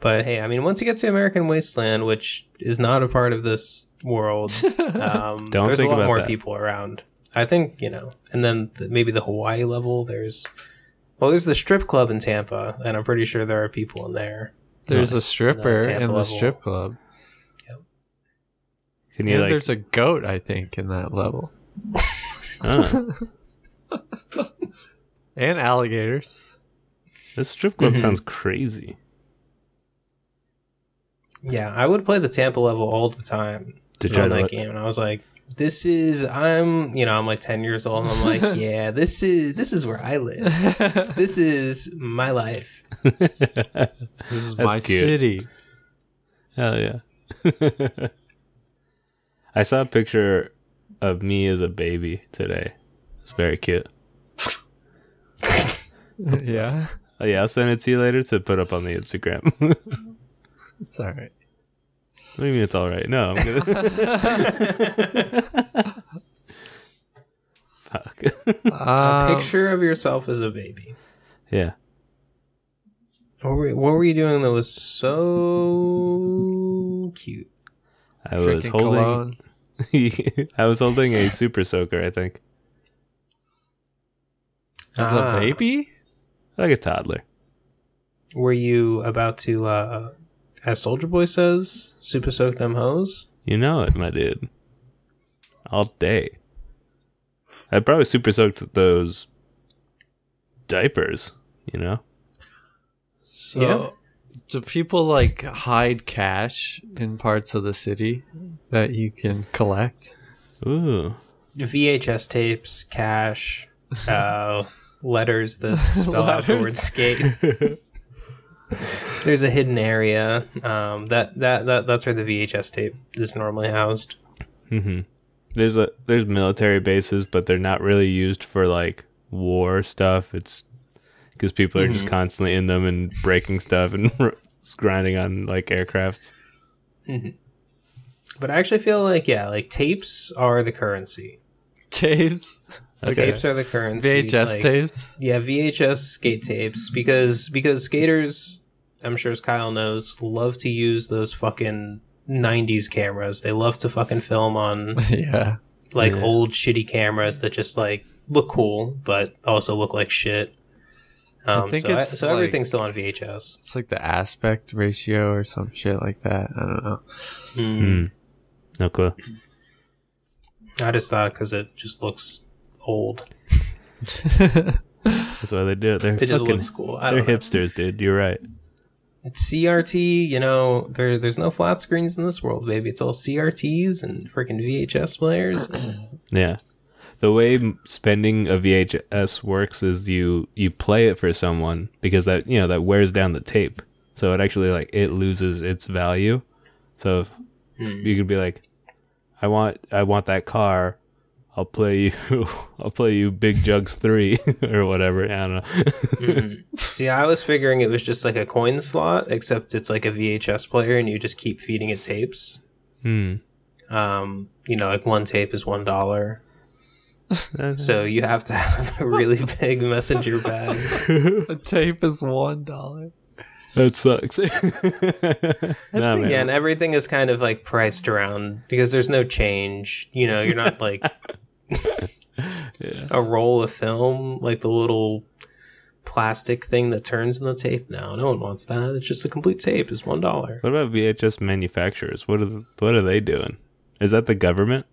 [SPEAKER 3] But hey, I mean, once you get to American Wasteland, which is not a part of this world, um,
[SPEAKER 1] Don't
[SPEAKER 3] there's
[SPEAKER 1] think
[SPEAKER 3] a lot
[SPEAKER 1] about
[SPEAKER 3] more
[SPEAKER 1] that.
[SPEAKER 3] people around. I think you know, and then the, maybe the Hawaii level. There's well, there's the strip club in Tampa, and I'm pretty sure there are people in there.
[SPEAKER 2] There's
[SPEAKER 1] No,
[SPEAKER 2] a stripper
[SPEAKER 3] Tampa
[SPEAKER 2] in the
[SPEAKER 3] level.
[SPEAKER 2] strip club.
[SPEAKER 1] can
[SPEAKER 2] And
[SPEAKER 1] you like?
[SPEAKER 2] there's a goat, I think, in that level.
[SPEAKER 1] Uh,
[SPEAKER 2] And alligators.
[SPEAKER 1] this strip club
[SPEAKER 3] Mhm.
[SPEAKER 1] sounds crazy.
[SPEAKER 3] Yeah, I would play the Tampa level all the time
[SPEAKER 1] Did
[SPEAKER 3] on that game, and I was like, this is I'm you know I'm like 10 years old, and I'm like, yeah, this is this is where I live.
[SPEAKER 2] this
[SPEAKER 3] This is my life.
[SPEAKER 2] is
[SPEAKER 1] That's
[SPEAKER 2] my
[SPEAKER 1] cute.
[SPEAKER 2] city.
[SPEAKER 1] Hell yeah. I saw a picture of me as a baby today. It's very cute.
[SPEAKER 2] yeah,
[SPEAKER 1] Oh, yeah, I'll send it to you later to put up on the Instagram. what
[SPEAKER 2] it's all right.
[SPEAKER 1] do you mean it's all right? No, I'm good. Fuck.
[SPEAKER 2] Um,
[SPEAKER 3] Picture of yourself as a baby.
[SPEAKER 1] yeah.
[SPEAKER 3] What were, what were you doing that was so cute?
[SPEAKER 1] I was
[SPEAKER 2] drinking
[SPEAKER 1] holding
[SPEAKER 2] cologne.
[SPEAKER 1] I was holding a super soaker, I think.
[SPEAKER 2] as
[SPEAKER 3] Ah.
[SPEAKER 2] a baby.
[SPEAKER 1] Like a toddler.
[SPEAKER 3] Were you about to, uh, as Soldier Boy says, super soak them hoes?
[SPEAKER 1] You know it, my dude. All day. I probably super soaked those diapers, you know?
[SPEAKER 2] So,
[SPEAKER 3] Yeah.
[SPEAKER 2] do people like hide cash in parts of the city that you can collect?
[SPEAKER 1] Ooh.
[SPEAKER 3] VHS tapes, cash, uh, letters that spell out the word
[SPEAKER 2] Letters.
[SPEAKER 3] skate. There's a hidden area. Um, that, that that that's where the VHS tape is normally housed.
[SPEAKER 1] hmm There's a there's military bases, but they're not really used for like war stuff. It's because people are just constantly in them and breaking stuff and grinding on like aircrafts.
[SPEAKER 3] But I actually feel like yeah, like tapes are the currency.
[SPEAKER 2] Tapes,
[SPEAKER 1] Okay.
[SPEAKER 3] Tapes are the currency.
[SPEAKER 2] VHS
[SPEAKER 3] like-
[SPEAKER 2] tapes.
[SPEAKER 3] Yeah, VHS skate tapes because because skaters, I'm sure as Kyle knows, love to use those fucking 90s cameras. They love to fucking film on
[SPEAKER 2] yeah,
[SPEAKER 3] like
[SPEAKER 1] Yeah.
[SPEAKER 3] old shitty cameras that just like look cool but also look like shit. Um,
[SPEAKER 2] think
[SPEAKER 3] so I-
[SPEAKER 2] it's
[SPEAKER 3] so
[SPEAKER 2] like-
[SPEAKER 3] everything's still on VHS.
[SPEAKER 2] it's like the aspect ratio or some shit like that. I don't know.
[SPEAKER 1] Hmm. No clue.
[SPEAKER 3] I just thought because it just looks old.
[SPEAKER 1] That's why they do it. They're
[SPEAKER 3] It just
[SPEAKER 1] fucking
[SPEAKER 3] looks cool. I
[SPEAKER 1] they're
[SPEAKER 3] don't know.
[SPEAKER 1] hipsters, dude. You're right.
[SPEAKER 3] It's CRT, you know, there there's no flat screens in this world, baby. It's all CRTs and freaking VHS players.
[SPEAKER 1] Yeah. The way m- spending a VHS works is you you play it for someone because that you know that wears down the tape, so it actually like it loses its value. So if
[SPEAKER 3] Hmm.
[SPEAKER 1] you could be like, I want I want that car. I'll play you. I'll play you Big Jugs three or whatever. I don't know.
[SPEAKER 3] See, I was figuring it was just like a coin slot, except it's like a VHS player, and you just keep feeding it tapes.
[SPEAKER 1] Hmm.
[SPEAKER 3] Um, you know, like one tape is one dollar. So you have to have a really big messenger bag.
[SPEAKER 2] A tape is one dollar.
[SPEAKER 1] That sucks. nah, man.
[SPEAKER 3] Yeah, and everything is kind of like priced around because there's no change. You know, you're not like a roll of film, like the little plastic thing that turns in the tape. No, no one wants that. It's just a complete tape. It's one dollar.
[SPEAKER 1] What about VHS manufacturers? What are th- what are they doing? Is that the government?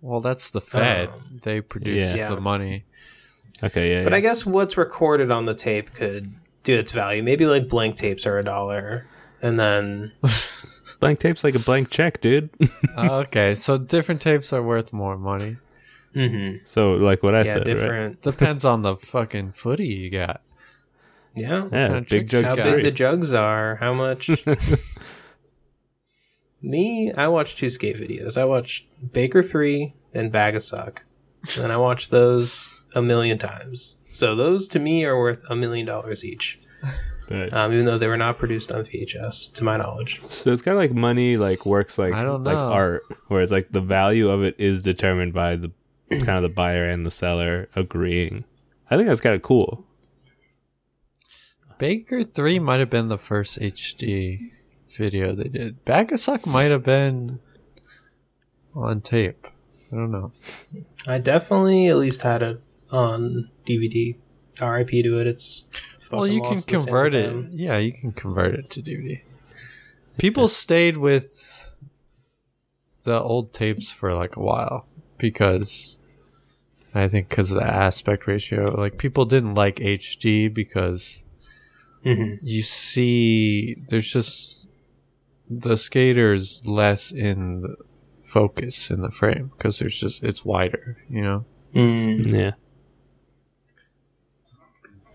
[SPEAKER 2] Well, that's the Fed.
[SPEAKER 3] Um,
[SPEAKER 2] they produce
[SPEAKER 3] yeah.
[SPEAKER 2] the money.
[SPEAKER 1] Okay, yeah.
[SPEAKER 3] But
[SPEAKER 1] yeah.
[SPEAKER 3] I guess what's recorded on the tape could do its value. Maybe like blank tapes are a dollar, and then
[SPEAKER 1] blank tape's like a blank check, dude.
[SPEAKER 2] okay, so different tapes are worth more money.
[SPEAKER 3] Mhm.
[SPEAKER 1] so like what I
[SPEAKER 3] yeah,
[SPEAKER 1] said, right?
[SPEAKER 3] different.
[SPEAKER 2] Depends on the fucking footy you got.
[SPEAKER 3] Yeah,
[SPEAKER 1] Yeah,
[SPEAKER 2] Kinda
[SPEAKER 1] big
[SPEAKER 2] tricks you
[SPEAKER 1] jokes
[SPEAKER 3] how
[SPEAKER 2] out.
[SPEAKER 1] free.
[SPEAKER 3] big the jugs are, how much. Me, I watch two skate videos. I watched Baker Three and Bag of Suck, and I watched those a million times. So those to me are worth a million dollars each,
[SPEAKER 1] Nice.
[SPEAKER 3] um, even though they were not produced on VHS, to my knowledge.
[SPEAKER 1] So it's kind of like money, like works, like
[SPEAKER 2] I don't
[SPEAKER 1] like
[SPEAKER 2] know.
[SPEAKER 1] art, where it's like the value of it is determined by the kind of the buyer and the seller agreeing. I think that's kind of cool.
[SPEAKER 2] Baker 3 might have been the first HD video they did. Bag of Suck might have been on tape. I don't know.
[SPEAKER 3] I definitely at least had it on DVD. RIP to it. It's fucking
[SPEAKER 2] Well, you can
[SPEAKER 3] lost in the sands of
[SPEAKER 2] convert it.
[SPEAKER 3] time.
[SPEAKER 2] Yeah, you can convert it to DVD. People stayed with the old tapes for like a while because I think because of the aspect ratio. Like people didn't like HD because
[SPEAKER 3] Mhm.
[SPEAKER 2] you see there's just the skaters less in the focus in the frame because there's just it's wider, you know.
[SPEAKER 3] Mm.
[SPEAKER 1] Yeah,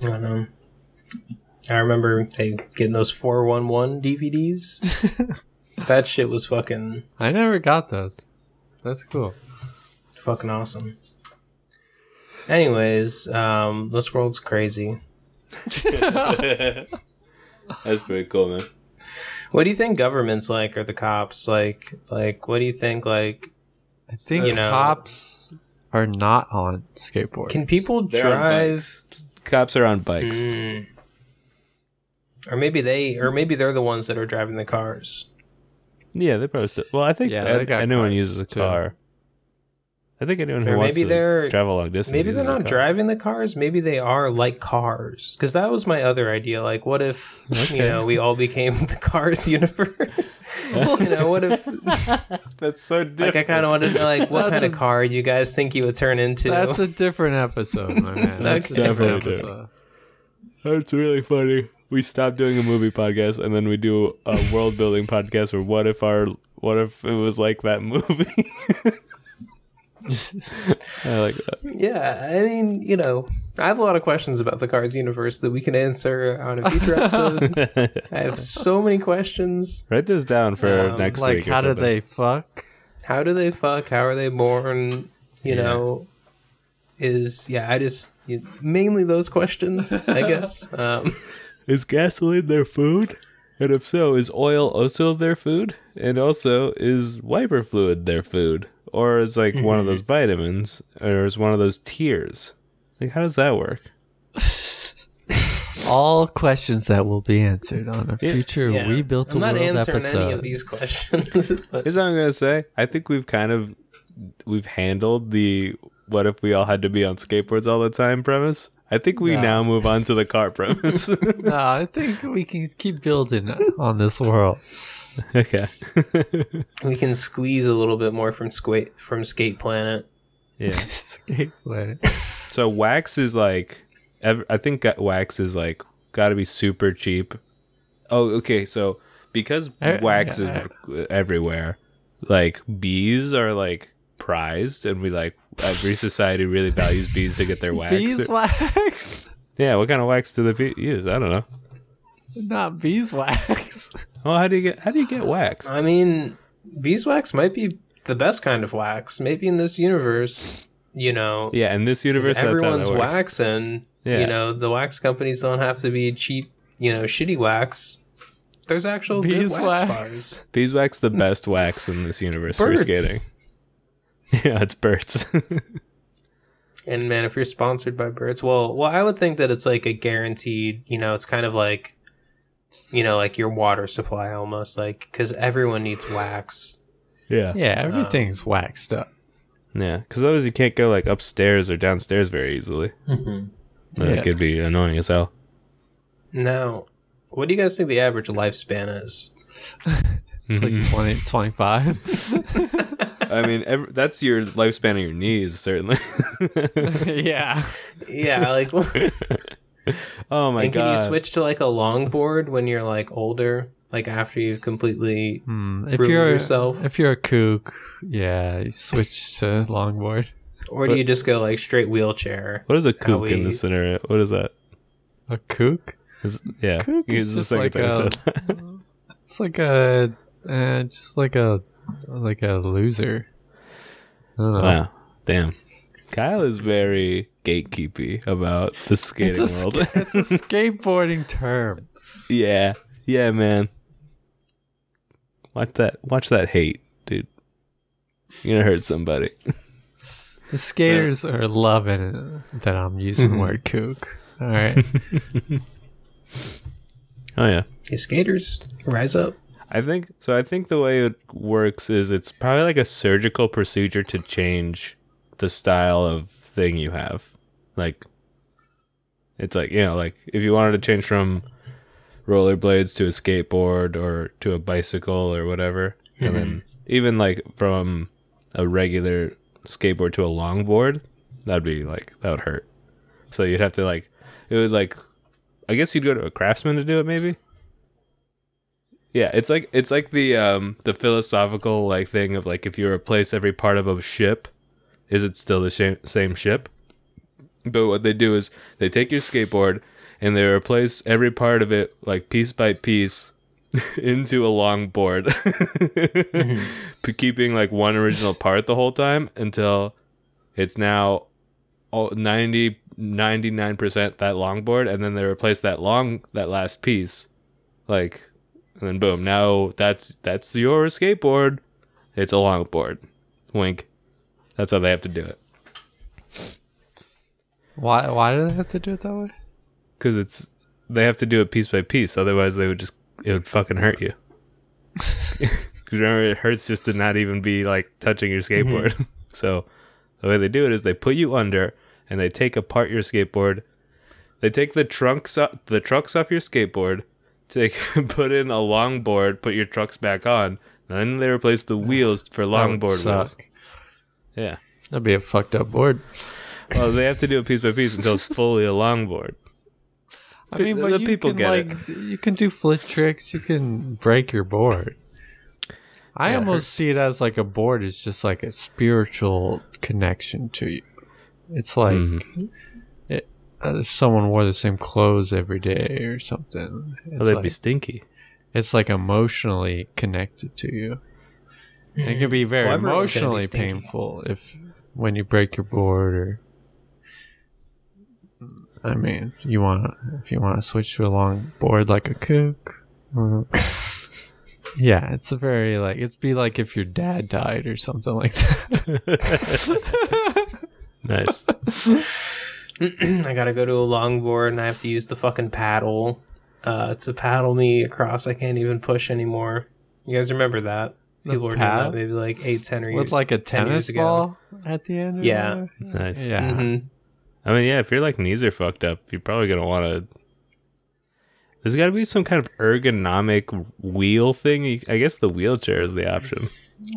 [SPEAKER 3] I don't know. I remember they getting those four one one DVDs. that shit was fucking
[SPEAKER 2] I never got those. That's cool.
[SPEAKER 3] fucking awesome. Anyways, um, this world's crazy.
[SPEAKER 1] that's pretty cool, man.
[SPEAKER 3] What do you think governments like or the cops like? Like, what do you think? Like,
[SPEAKER 2] I think
[SPEAKER 3] You know-
[SPEAKER 2] cops are not on skateboards.
[SPEAKER 3] can people
[SPEAKER 1] They're on
[SPEAKER 3] drive?
[SPEAKER 1] Cops are on bikes.
[SPEAKER 3] Mm. Or maybe they, or maybe they're the ones that are driving the cars.
[SPEAKER 1] Yeah, they probably. Still, well, I think
[SPEAKER 2] Yeah,
[SPEAKER 1] a-
[SPEAKER 2] they got
[SPEAKER 1] anyone
[SPEAKER 2] cars,
[SPEAKER 1] uses a
[SPEAKER 2] too.
[SPEAKER 1] car. I think anyone who
[SPEAKER 3] Or
[SPEAKER 1] wants
[SPEAKER 3] maybe
[SPEAKER 1] to
[SPEAKER 3] they're-
[SPEAKER 1] travel long distance.
[SPEAKER 3] Maybe they're
[SPEAKER 1] uses a
[SPEAKER 3] not
[SPEAKER 1] car.
[SPEAKER 3] driving the cars. Maybe they are like cars. Because that was my other idea. Like, what if you know we all became the Cars universe? you know, what if
[SPEAKER 1] That's so
[SPEAKER 3] like
[SPEAKER 1] different.
[SPEAKER 3] I kind of wanted to know like what
[SPEAKER 2] That's
[SPEAKER 3] kind of
[SPEAKER 2] a-
[SPEAKER 3] car you guys think you would turn into?
[SPEAKER 2] That's a different episode, my man. That's
[SPEAKER 3] Okay.
[SPEAKER 2] a different
[SPEAKER 1] Definitely
[SPEAKER 2] episode.
[SPEAKER 1] That's really funny. We stop doing a movie podcast and then we do a world building podcast where what if our what if it was like that movie? I like that.
[SPEAKER 3] yeah, I mean, you know, I have a lot of questions about the Cars universe that we can answer on a future episode. I have so many questions.
[SPEAKER 1] Write this down for
[SPEAKER 3] Um,
[SPEAKER 1] next
[SPEAKER 2] Like,
[SPEAKER 1] week. or
[SPEAKER 2] how did
[SPEAKER 1] something.
[SPEAKER 2] they fuck?
[SPEAKER 3] How do they fuck? How are they born? You know, is yeah, I just mainly those questions, I guess. Um,
[SPEAKER 1] Is gasoline their food? And if so, is oil also their food? And also, is wiper fluid their food? Or is like
[SPEAKER 2] Mm-hmm.
[SPEAKER 1] one of those vitamins? Or is one of those tears? Like, how does that work?
[SPEAKER 2] All questions that will be answered on a future
[SPEAKER 3] yeah.
[SPEAKER 2] We Built a
[SPEAKER 3] I'm not
[SPEAKER 2] World
[SPEAKER 3] answering any of
[SPEAKER 2] episode.
[SPEAKER 3] these questions. but
[SPEAKER 1] Here's what I'm gonna say. I think we've kind of we've handled the what if we all had to be on skateboards all the time premise. I think we
[SPEAKER 2] No.
[SPEAKER 1] now move on to the car premise.
[SPEAKER 2] No, I think we can keep building on this world.
[SPEAKER 1] okay.
[SPEAKER 3] we can squeeze a little bit more from Squate from Skate Planet.
[SPEAKER 1] Yeah.
[SPEAKER 2] Escape Planet.
[SPEAKER 1] So wax is like, ev- I think gu- wax is like got to be super cheap. Oh, okay. So because
[SPEAKER 2] I-
[SPEAKER 1] wax
[SPEAKER 2] I-
[SPEAKER 1] is everywhere, like bees are like prized, and we like every society really values bees to get their wax.
[SPEAKER 2] Beeswax?
[SPEAKER 1] Yeah. What kind of wax do the bees use? I don't know.
[SPEAKER 2] Not beeswax.
[SPEAKER 1] Well, Oh, how do you get how do you get wax?
[SPEAKER 3] I mean, beeswax might be the best kind of wax. Maybe in this universe, you know,
[SPEAKER 1] Yeah, in this universe, that's how that
[SPEAKER 3] everyone's
[SPEAKER 1] works.
[SPEAKER 3] waxing.
[SPEAKER 1] Yeah.
[SPEAKER 3] You know, the wax companies don't have to be cheap. You know, shitty wax. There's actual good
[SPEAKER 2] Beeswax.
[SPEAKER 3] wax bars.
[SPEAKER 1] Beeswax the best wax in this universe for
[SPEAKER 3] Birds.
[SPEAKER 1] skating. Yeah, it's birds.
[SPEAKER 3] And man, if you're sponsored by Birds, well, well, I would think that it's like a guaranteed. You know, it's kind of like, you know, like your water supply almost, like because everyone needs wax.
[SPEAKER 1] yeah.
[SPEAKER 2] Yeah, everything's waxed up.
[SPEAKER 1] Yeah, because otherwise you can't go like upstairs or downstairs very easily. Mm-hmm.
[SPEAKER 2] Yeah.
[SPEAKER 1] It could be annoying as hell.
[SPEAKER 3] Now, what do you guys think the average lifespan is?
[SPEAKER 2] It's
[SPEAKER 3] Mm-hmm.
[SPEAKER 2] like 20, 25.
[SPEAKER 1] I mean, ev that's your lifespan of your knees, certainly.
[SPEAKER 2] yeah.
[SPEAKER 3] Yeah, like,
[SPEAKER 1] oh my
[SPEAKER 3] and can
[SPEAKER 1] god!
[SPEAKER 3] you switch to like a longboard when you're like older, like after you've completely?
[SPEAKER 2] Hmm, if
[SPEAKER 3] Ruin
[SPEAKER 2] you're
[SPEAKER 3] yourself.
[SPEAKER 2] if you're a kook, yeah, you switch to longboard.
[SPEAKER 3] Or do you just go like straight wheelchair?
[SPEAKER 1] What is a
[SPEAKER 3] How
[SPEAKER 1] kook in
[SPEAKER 3] we-
[SPEAKER 1] this scenario? What is that?
[SPEAKER 2] A kook?
[SPEAKER 1] Is- um, yeah,
[SPEAKER 2] Kook
[SPEAKER 1] you-
[SPEAKER 2] is
[SPEAKER 1] the
[SPEAKER 2] just
[SPEAKER 1] second
[SPEAKER 2] like
[SPEAKER 1] time I
[SPEAKER 2] a-
[SPEAKER 1] said that.
[SPEAKER 2] It's like a uh, just like a like a loser. I don't know.
[SPEAKER 1] Wow, damn. Kyle is very gatekeepy about the skating
[SPEAKER 2] it's, a
[SPEAKER 1] world.
[SPEAKER 2] ska- it's a skateboarding term.
[SPEAKER 1] yeah, yeah, man. Watch that. Watch that hate, dude. You're gonna hurt somebody.
[SPEAKER 2] The skaters are loving it that I'm using the
[SPEAKER 1] Mm-hmm.
[SPEAKER 2] word kook. All right.
[SPEAKER 1] Oh yeah.
[SPEAKER 3] Hey, skaters, rise up!
[SPEAKER 1] I think so. I think the way it works is it's probably like a surgical procedure to change the style of thing you have. Like, it's like, you know, like if you wanted to change from rollerblades to a skateboard or to a bicycle or whatever, and then even like from a regular skateboard to a longboard, that'd be like, that would hurt. So you'd have to like, it would like, I guess you'd go to a craftsman to do it maybe. Yeah, it's like it's like the um the philosophical like thing of like if you replace every part of a ship, is it still the same same ship? But what they do is they take your skateboard and they replace every part of it like piece by piece into a long board, P- keeping like one original part the whole time until it's now all 90 99% that long board and then they replace that long that last piece like and then boom now that's that's your skateboard it's a longboard wink that's how they have to do it
[SPEAKER 2] Why why do they have to do it that way?
[SPEAKER 1] because it's they have to do it piece by piece otherwise they would just it would fucking hurt you 'Cause remember it hurts just to not even be like touching your
[SPEAKER 2] Mm-hmm.
[SPEAKER 1] skateboard so the way they do it is they put you under and they take apart your skateboard they take the trunks off the trucks off your skateboard take put in a longboard put your trucks back on and then they replace the wheels for
[SPEAKER 2] That would
[SPEAKER 1] longboard wheels
[SPEAKER 2] suck.
[SPEAKER 1] yeah
[SPEAKER 2] That'd be a fucked up board.
[SPEAKER 1] well they have to do it piece by piece until it's fully a longboard
[SPEAKER 2] I
[SPEAKER 1] Pe-
[SPEAKER 2] mean, but
[SPEAKER 1] the
[SPEAKER 2] you
[SPEAKER 1] people
[SPEAKER 2] can
[SPEAKER 1] get
[SPEAKER 2] like you can do flip tricks, you can break your board. I almost see it as like a board is just like a spiritual connection to you. It's like
[SPEAKER 1] Mm-hmm.
[SPEAKER 2] it, uh, if someone wore the same clothes every day or something.
[SPEAKER 1] well,
[SPEAKER 2] It's
[SPEAKER 1] they'd
[SPEAKER 2] like,
[SPEAKER 1] be stinky
[SPEAKER 2] it's like emotionally connected to you. And it can be very
[SPEAKER 3] Mm-hmm. Well, everyone's gonna be
[SPEAKER 2] emotionally
[SPEAKER 3] stinky.
[SPEAKER 2] painful if when you break your board or I mean, you want if you want to switch to a long board like a kook. or- yeah, it's a very like it'd be like if your dad died or something like that.
[SPEAKER 1] nice
[SPEAKER 3] I gotta go to a longboard and I have to use the fucking paddle uh, to paddle me across. I can't even push anymore. You guys remember that? People were doing
[SPEAKER 2] paddle?
[SPEAKER 3] that maybe like eight, ten, or
[SPEAKER 2] With like a
[SPEAKER 3] 10 years
[SPEAKER 2] tennis
[SPEAKER 3] ago.
[SPEAKER 2] ball at the end. or
[SPEAKER 3] Yeah.
[SPEAKER 2] whatever.
[SPEAKER 1] nice
[SPEAKER 2] Yeah.
[SPEAKER 3] Mhm.
[SPEAKER 1] I mean, yeah, if your like knees are fucked up, you're probably gonna want to. There's got to be some kind of ergonomic wheel thing. You- I guess the wheelchair is the option.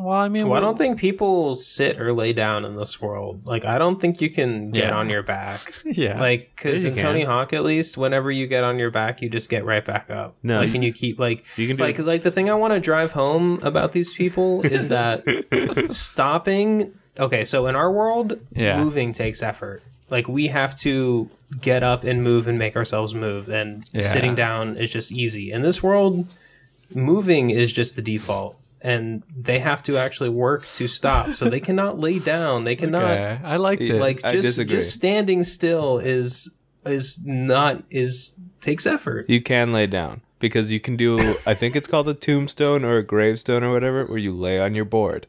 [SPEAKER 2] Well, I mean,
[SPEAKER 3] Well, I
[SPEAKER 2] we-
[SPEAKER 3] don't think people sit or lay down in this world. Like, I don't think you can get
[SPEAKER 2] Yeah.
[SPEAKER 3] on your back.
[SPEAKER 2] yeah.
[SPEAKER 3] Like, because
[SPEAKER 1] Yeah, you
[SPEAKER 3] in Tony
[SPEAKER 1] can.
[SPEAKER 3] Hawk, at least, whenever you get on your back, you just get right back up.
[SPEAKER 1] No,
[SPEAKER 3] like,
[SPEAKER 1] you-
[SPEAKER 3] and you keep like,
[SPEAKER 1] You can do
[SPEAKER 3] like, like the thing I want to drive home about these people is that stopping. Okay, so in our world,
[SPEAKER 2] Yeah.
[SPEAKER 3] moving takes effort. Like, we have to get up and move and make ourselves move, and
[SPEAKER 2] Yeah.
[SPEAKER 3] sitting down is just easy. In this world, moving is just the default. And they have to actually work to stop, so they cannot lay down. They cannot
[SPEAKER 2] okay. I like this.
[SPEAKER 3] uh, like
[SPEAKER 1] I
[SPEAKER 3] just
[SPEAKER 1] disagree.
[SPEAKER 3] just standing still is is not is takes effort
[SPEAKER 1] you can lay down, because you can do I think it's called a tombstone or a gravestone or whatever where you lay on your board.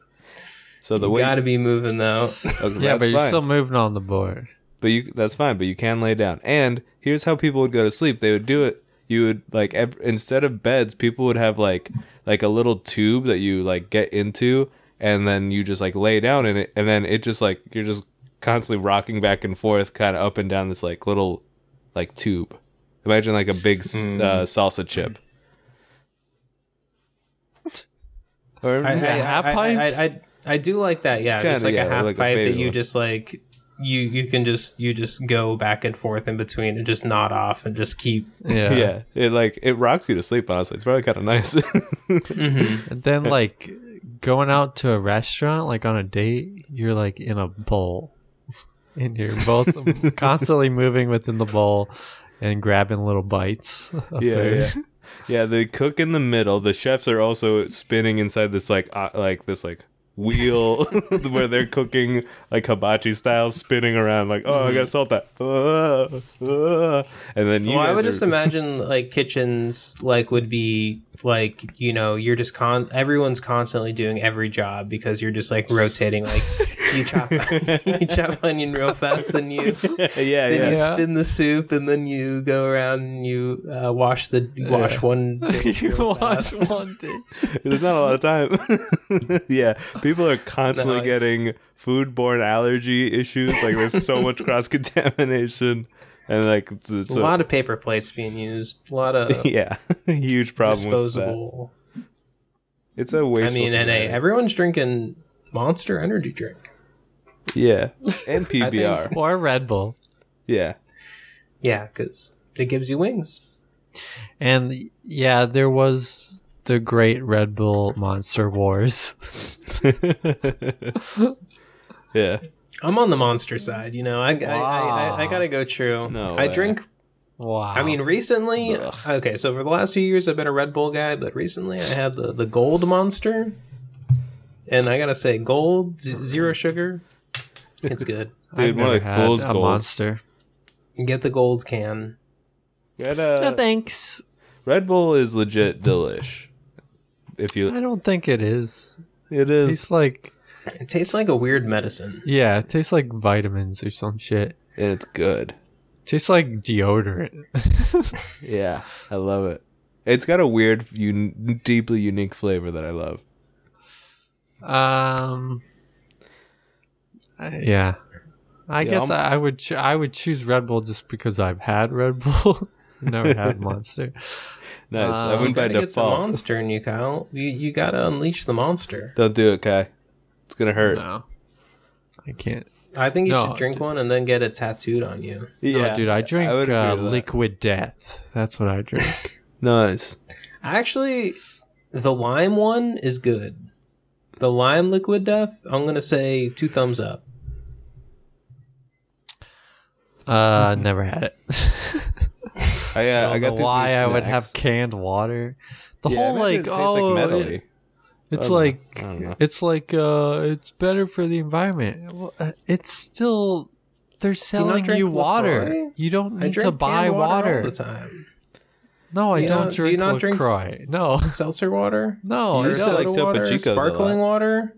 [SPEAKER 1] So the
[SPEAKER 3] You
[SPEAKER 1] way
[SPEAKER 3] gotta be moving though.
[SPEAKER 1] okay,
[SPEAKER 2] Yeah, but
[SPEAKER 1] that's
[SPEAKER 2] you're
[SPEAKER 1] fine.
[SPEAKER 2] still moving on the board.
[SPEAKER 1] but you that's fine but you can lay down and here's how people would go to sleep they would do it you would like ev- instead of beds people would have like like a little tube that you like get into and then you just like lay down in it and then it just like you're just constantly rocking back and forth kind of up and down this like little like tube imagine like a big s uh, salsa chip or,
[SPEAKER 3] I, I,
[SPEAKER 2] Yeah, half
[SPEAKER 3] I- I-
[SPEAKER 2] pipe?
[SPEAKER 3] I, I, I do like that. Yeah, just
[SPEAKER 1] Kinda,
[SPEAKER 3] like a
[SPEAKER 1] yeah,
[SPEAKER 3] half
[SPEAKER 1] like a
[SPEAKER 3] pipe that
[SPEAKER 1] big
[SPEAKER 3] you
[SPEAKER 1] one.
[SPEAKER 3] just like you you can just you just go back and forth in between and just nod off and just keep.
[SPEAKER 2] Yeah.
[SPEAKER 1] yeah it like it rocks you to sleep honestly it's probably kind of nice
[SPEAKER 2] And then like going out to a restaurant, like on a date, you're like in a bowl. And you're both constantly moving within the bowl and grabbing little bites. Of
[SPEAKER 1] yeah,
[SPEAKER 2] food.
[SPEAKER 1] yeah. Yeah, the cook in the middle. The chefs are also spinning inside this like uh, like this like wheel where they're cooking like hibachi style, spinning around like oh I gotta salt that, uh, uh," and then you
[SPEAKER 3] well, I
[SPEAKER 1] guys
[SPEAKER 3] would
[SPEAKER 1] are-
[SPEAKER 3] just imagine like kitchens like would be like you know you're just con everyone's constantly doing every job because you're just like rotating like you chop you chop onion real fast then you
[SPEAKER 1] yeah
[SPEAKER 3] then
[SPEAKER 1] yeah.
[SPEAKER 3] you
[SPEAKER 2] Yeah.
[SPEAKER 3] spin the soup and then you go around and you uh, wash the you wash one dish
[SPEAKER 2] You
[SPEAKER 3] real
[SPEAKER 2] watch
[SPEAKER 3] fast.
[SPEAKER 2] one dish.
[SPEAKER 1] There's not a lot of time. yeah, people are constantly
[SPEAKER 3] No, it's-
[SPEAKER 1] getting foodborne allergy issues. Like there's so much cross contamination, and like it's
[SPEAKER 3] a lot of paper plates being used a lot of
[SPEAKER 1] yeah huge problem with
[SPEAKER 3] disposable
[SPEAKER 1] that. It's a
[SPEAKER 3] i
[SPEAKER 1] waste.
[SPEAKER 3] mean na everyone's drinking monster energy drink
[SPEAKER 1] Yeah, and PBR.
[SPEAKER 2] Or Red Bull.
[SPEAKER 1] yeah,
[SPEAKER 3] yeah because it gives you wings
[SPEAKER 2] And yeah, there was the great Red Bull Monster Wars.
[SPEAKER 1] yeah.
[SPEAKER 3] i'm on the monster side you know i, I, I, I, I gotta go true
[SPEAKER 1] No
[SPEAKER 3] i
[SPEAKER 1] way.
[SPEAKER 3] drink
[SPEAKER 2] Wow.
[SPEAKER 3] i mean recently okay so for the last few years i've been a red bull guy but recently i had the, the gold monster and i gotta say gold z- zero sugar it's good
[SPEAKER 1] Dude, more like fool's
[SPEAKER 2] a
[SPEAKER 1] gold.
[SPEAKER 2] monster.
[SPEAKER 3] get the gold can
[SPEAKER 1] Red,
[SPEAKER 2] No
[SPEAKER 1] uh,
[SPEAKER 2] thanks.
[SPEAKER 1] Red Bull is legit delish. If you,
[SPEAKER 2] I don't think it is.
[SPEAKER 1] it is.
[SPEAKER 2] Tastes like
[SPEAKER 3] it tastes like a weird medicine
[SPEAKER 2] yeah, it tastes like vitamins or some shit.
[SPEAKER 1] and It's good.
[SPEAKER 2] Tastes like deodorant.
[SPEAKER 1] Yeah, I love it. It's got a weird, un- deeply unique flavor that I love.
[SPEAKER 2] Um, I- yeah. I
[SPEAKER 1] Yeah,
[SPEAKER 2] guess
[SPEAKER 1] I'm-
[SPEAKER 2] I, I would cho- I would choose Red Bull just because I've had Red Bull, never had Monster.
[SPEAKER 1] Nice.
[SPEAKER 2] Uh,
[SPEAKER 1] I went
[SPEAKER 3] You
[SPEAKER 1] by
[SPEAKER 3] gotta get some
[SPEAKER 1] default.
[SPEAKER 3] monster in you, Kyle. You, you gotta unleash the monster.
[SPEAKER 1] Don't do it, Kai. It's gonna hurt.
[SPEAKER 2] No, I can't.
[SPEAKER 3] I think you
[SPEAKER 2] No,
[SPEAKER 3] should drink
[SPEAKER 2] dude.
[SPEAKER 3] one and then get it tattooed on you.
[SPEAKER 2] Yeah, Oh, dude, I drink
[SPEAKER 1] would agree
[SPEAKER 2] uh,
[SPEAKER 1] with that.
[SPEAKER 2] Liquid Death. That's what I drink.
[SPEAKER 1] Nice.
[SPEAKER 3] Actually, the lime one is good. The lime liquid death, I'm gonna say two thumbs up.
[SPEAKER 2] uh, never had it.
[SPEAKER 1] I, uh,
[SPEAKER 2] I
[SPEAKER 1] I, got
[SPEAKER 2] don't know
[SPEAKER 1] these new
[SPEAKER 2] why I would
[SPEAKER 1] snacks.
[SPEAKER 2] have canned water. The
[SPEAKER 1] Yeah, I
[SPEAKER 2] whole
[SPEAKER 1] imagine
[SPEAKER 2] like
[SPEAKER 1] it tastes like metally.
[SPEAKER 2] oh, it- It's
[SPEAKER 1] I don't know.
[SPEAKER 2] like
[SPEAKER 1] I don't know.
[SPEAKER 2] it's like uh, it's better for the environment. Well, uh, it's still they're selling you,
[SPEAKER 3] drink
[SPEAKER 2] water.
[SPEAKER 3] LaCroix?
[SPEAKER 2] You don't
[SPEAKER 3] I
[SPEAKER 2] need
[SPEAKER 3] drink
[SPEAKER 2] to buy
[SPEAKER 3] canned
[SPEAKER 2] water.
[SPEAKER 3] all the time.
[SPEAKER 2] No, I
[SPEAKER 3] you
[SPEAKER 2] don't
[SPEAKER 3] not- do you
[SPEAKER 2] drink
[SPEAKER 3] not drink s-
[SPEAKER 2] Lacroix. No,
[SPEAKER 3] Seltzer water,
[SPEAKER 2] no, I
[SPEAKER 1] used to
[SPEAKER 2] don't.
[SPEAKER 1] like
[SPEAKER 3] soda
[SPEAKER 1] Topo
[SPEAKER 3] water,
[SPEAKER 1] Chicos a lot.
[SPEAKER 3] sparkling water.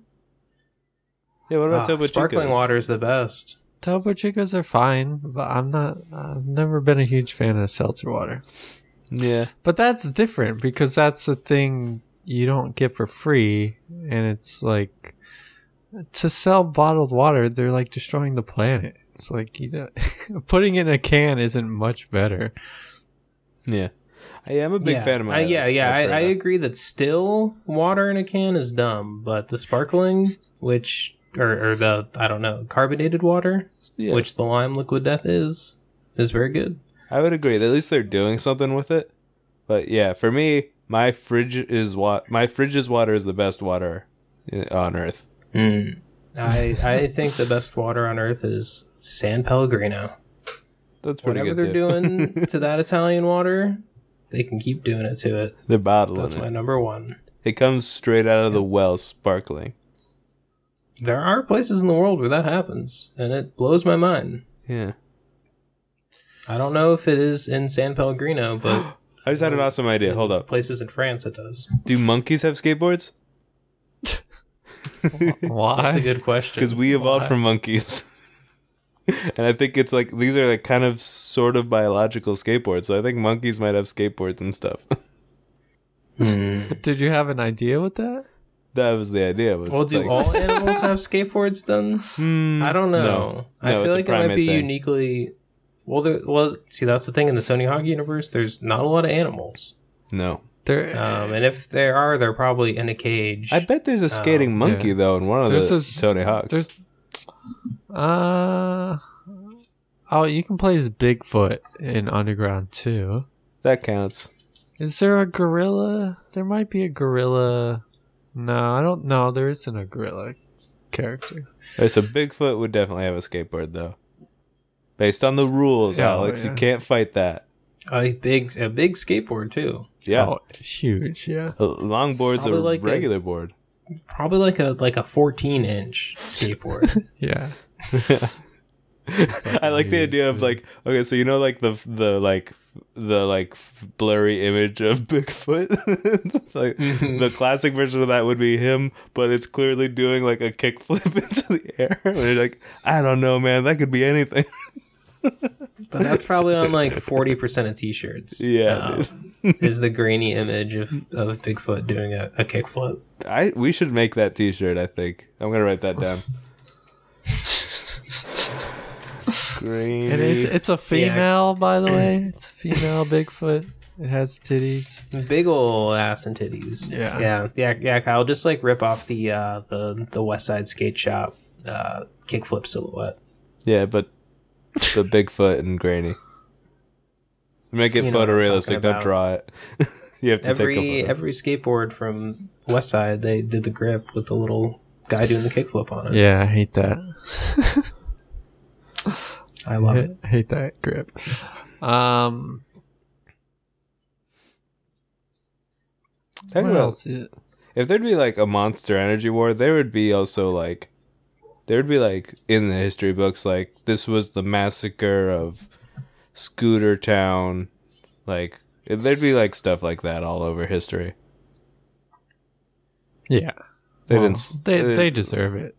[SPEAKER 1] yeah. What
[SPEAKER 3] Ah,
[SPEAKER 1] about Topo
[SPEAKER 3] sparkling
[SPEAKER 1] Chicos?
[SPEAKER 3] water is the best.
[SPEAKER 2] Topo Chicos are fine, but I'm not. I've never been a huge fan of seltzer water.
[SPEAKER 1] Yeah.
[SPEAKER 2] But that's different because that's a thing you don't get for free, and it's like to sell bottled water, they're like destroying the planet. It's like you don't, putting it in a can isn't much better.
[SPEAKER 1] Yeah. I, am a big
[SPEAKER 3] yeah.
[SPEAKER 1] fan of my.
[SPEAKER 3] I- yeah, yeah. I, I
[SPEAKER 1] Alfredo.
[SPEAKER 3] agree that still water in a can is dumb, but the sparkling, which or, or the I don't know carbonated water,
[SPEAKER 1] Yeah.
[SPEAKER 3] which the lime liquid death is, is very good.
[SPEAKER 1] I would agree. At least they're doing something with it. But yeah, for me, my fridge is what my fridge's water is the best water i- on earth.
[SPEAKER 3] I I think the best water on earth is San Pellegrino.
[SPEAKER 1] That's pretty
[SPEAKER 3] Whatever
[SPEAKER 1] good.
[SPEAKER 3] they're
[SPEAKER 1] too.
[SPEAKER 3] doing to that Italian water, they can keep doing it to it.
[SPEAKER 1] they're bottling
[SPEAKER 3] That's
[SPEAKER 1] it.
[SPEAKER 3] my number one.
[SPEAKER 1] It comes straight out of the well, sparkling.
[SPEAKER 3] There are places in the world where that happens, and it blows my mind.
[SPEAKER 1] Yeah.
[SPEAKER 3] I don't know if it is in San Pellegrino, but
[SPEAKER 1] I just had an awesome idea. Hold up.
[SPEAKER 3] Places in France, it does.
[SPEAKER 1] Do monkeys have skateboards?
[SPEAKER 3] That's a
[SPEAKER 2] Why?
[SPEAKER 3] good question.
[SPEAKER 1] Because we evolved from monkeys. and I think it's like these are like kind of sort of biological skateboards. So I think monkeys might have skateboards and stuff.
[SPEAKER 2] Did you have an idea with that?
[SPEAKER 1] that was the idea. Was
[SPEAKER 3] Well, do
[SPEAKER 1] like,
[SPEAKER 3] all animals have skateboards then?
[SPEAKER 1] hmm,
[SPEAKER 3] I don't know.
[SPEAKER 1] No.
[SPEAKER 3] I
[SPEAKER 1] No, it's
[SPEAKER 3] feel like
[SPEAKER 1] a
[SPEAKER 3] it might
[SPEAKER 1] primate
[SPEAKER 3] be
[SPEAKER 1] thing.
[SPEAKER 3] uniquely. Well, there, well, see, that's the thing in the Tony Hawk universe. There's not a lot of animals,
[SPEAKER 1] No.
[SPEAKER 2] There,
[SPEAKER 3] um, and if there are, they're probably in a cage.
[SPEAKER 1] I bet there's a skating monkey
[SPEAKER 2] Oh, yeah.
[SPEAKER 1] though in one of
[SPEAKER 2] There's
[SPEAKER 1] the
[SPEAKER 2] this-
[SPEAKER 1] Tony Hawks.
[SPEAKER 2] there's, uh, oh, you can play as Bigfoot in Underground too.
[SPEAKER 1] that counts.
[SPEAKER 2] Is there a gorilla? There might be a gorilla. No, I don't know. There isn't a gorilla character.
[SPEAKER 1] It's a Bigfoot would definitely have a skateboard though. Based on the rules,
[SPEAKER 2] Yeah,
[SPEAKER 1] Alex,
[SPEAKER 2] yeah.
[SPEAKER 1] you can't fight that.
[SPEAKER 3] a big, a big skateboard too.
[SPEAKER 1] Yeah.
[SPEAKER 2] Oh, huge. Yeah.
[SPEAKER 1] A long board's a
[SPEAKER 3] Probably like a-
[SPEAKER 1] regular board.
[SPEAKER 3] Probably like a like a 14 inch skateboard.
[SPEAKER 2] Yeah.
[SPEAKER 1] I like the idea of like okay, so you know like the the like the like f- blurry image of Bigfoot. It's like the classic version of that would be him, but it's clearly doing like a kickflip into the air. And you're like, I don't know, man, that could be anything.
[SPEAKER 3] but that's probably on like 40% of t-shirts. Um,
[SPEAKER 1] Yeah,
[SPEAKER 3] is the grainy image of, of Bigfoot doing a, a kickflip.
[SPEAKER 1] I we should make that T-shirt. I think I'm gonna write that down. Green.
[SPEAKER 2] And it's, it's a female, by the way. It's a female Bigfoot. It has titties.
[SPEAKER 3] Big ol' ass and titties.
[SPEAKER 2] Yeah.
[SPEAKER 3] Yeah. Yeah, yeah, Kyle, just like rip off the uh the the West Side Skate Shop uh kickflip silhouette.
[SPEAKER 1] yeah, but the Bigfoot and grainy. Make it
[SPEAKER 3] You know what I'm
[SPEAKER 1] photorealistic.
[SPEAKER 3] talking
[SPEAKER 1] Don't
[SPEAKER 3] about.
[SPEAKER 1] draw it. you have to take a
[SPEAKER 3] Every
[SPEAKER 1] photo.
[SPEAKER 3] every skateboard from West Side, they did the grip with the little guy doing the kickflip on it.
[SPEAKER 2] Yeah, I hate that.
[SPEAKER 3] I love it.
[SPEAKER 2] I hate that grip. Um,
[SPEAKER 1] Talk
[SPEAKER 2] what
[SPEAKER 1] about-
[SPEAKER 2] else is-
[SPEAKER 1] if there'd be like a monster energy war, there would be also like there would be like in the history books like this was the massacre of Scooter Town, like it- there'd be like stuff like that all over history.
[SPEAKER 2] Yeah,
[SPEAKER 1] They
[SPEAKER 2] Well,
[SPEAKER 1] didn't. s-
[SPEAKER 2] They they deserve it.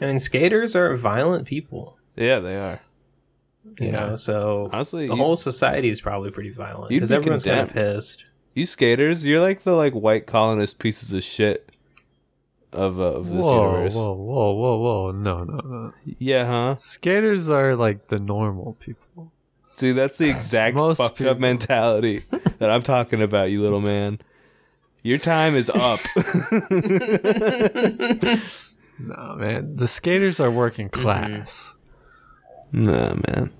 [SPEAKER 3] I mean skaters are violent people.
[SPEAKER 1] yeah, they are.
[SPEAKER 3] You
[SPEAKER 2] Yeah.
[SPEAKER 3] know, so
[SPEAKER 1] Honestly,
[SPEAKER 3] the
[SPEAKER 1] you,
[SPEAKER 3] whole society is probably pretty violent
[SPEAKER 1] You'd
[SPEAKER 3] because
[SPEAKER 1] be
[SPEAKER 3] everyone's kind of
[SPEAKER 1] condemned.
[SPEAKER 3] pissed.
[SPEAKER 1] you skaters, you're like the like white colonist pieces of shit of uh, of this
[SPEAKER 2] whoa,
[SPEAKER 1] universe.
[SPEAKER 2] whoa, whoa, whoa, whoa! No, no, no.
[SPEAKER 1] Yeah, huh?
[SPEAKER 2] Skaters are like the normal people.
[SPEAKER 1] See, that's the exact
[SPEAKER 2] Most
[SPEAKER 1] fucked
[SPEAKER 2] people.
[SPEAKER 1] up mentality that I'm talking about, you little man. Your time is up.
[SPEAKER 2] No, man. The skaters are working
[SPEAKER 3] Mm-hmm.
[SPEAKER 2] class.
[SPEAKER 1] Nah, man.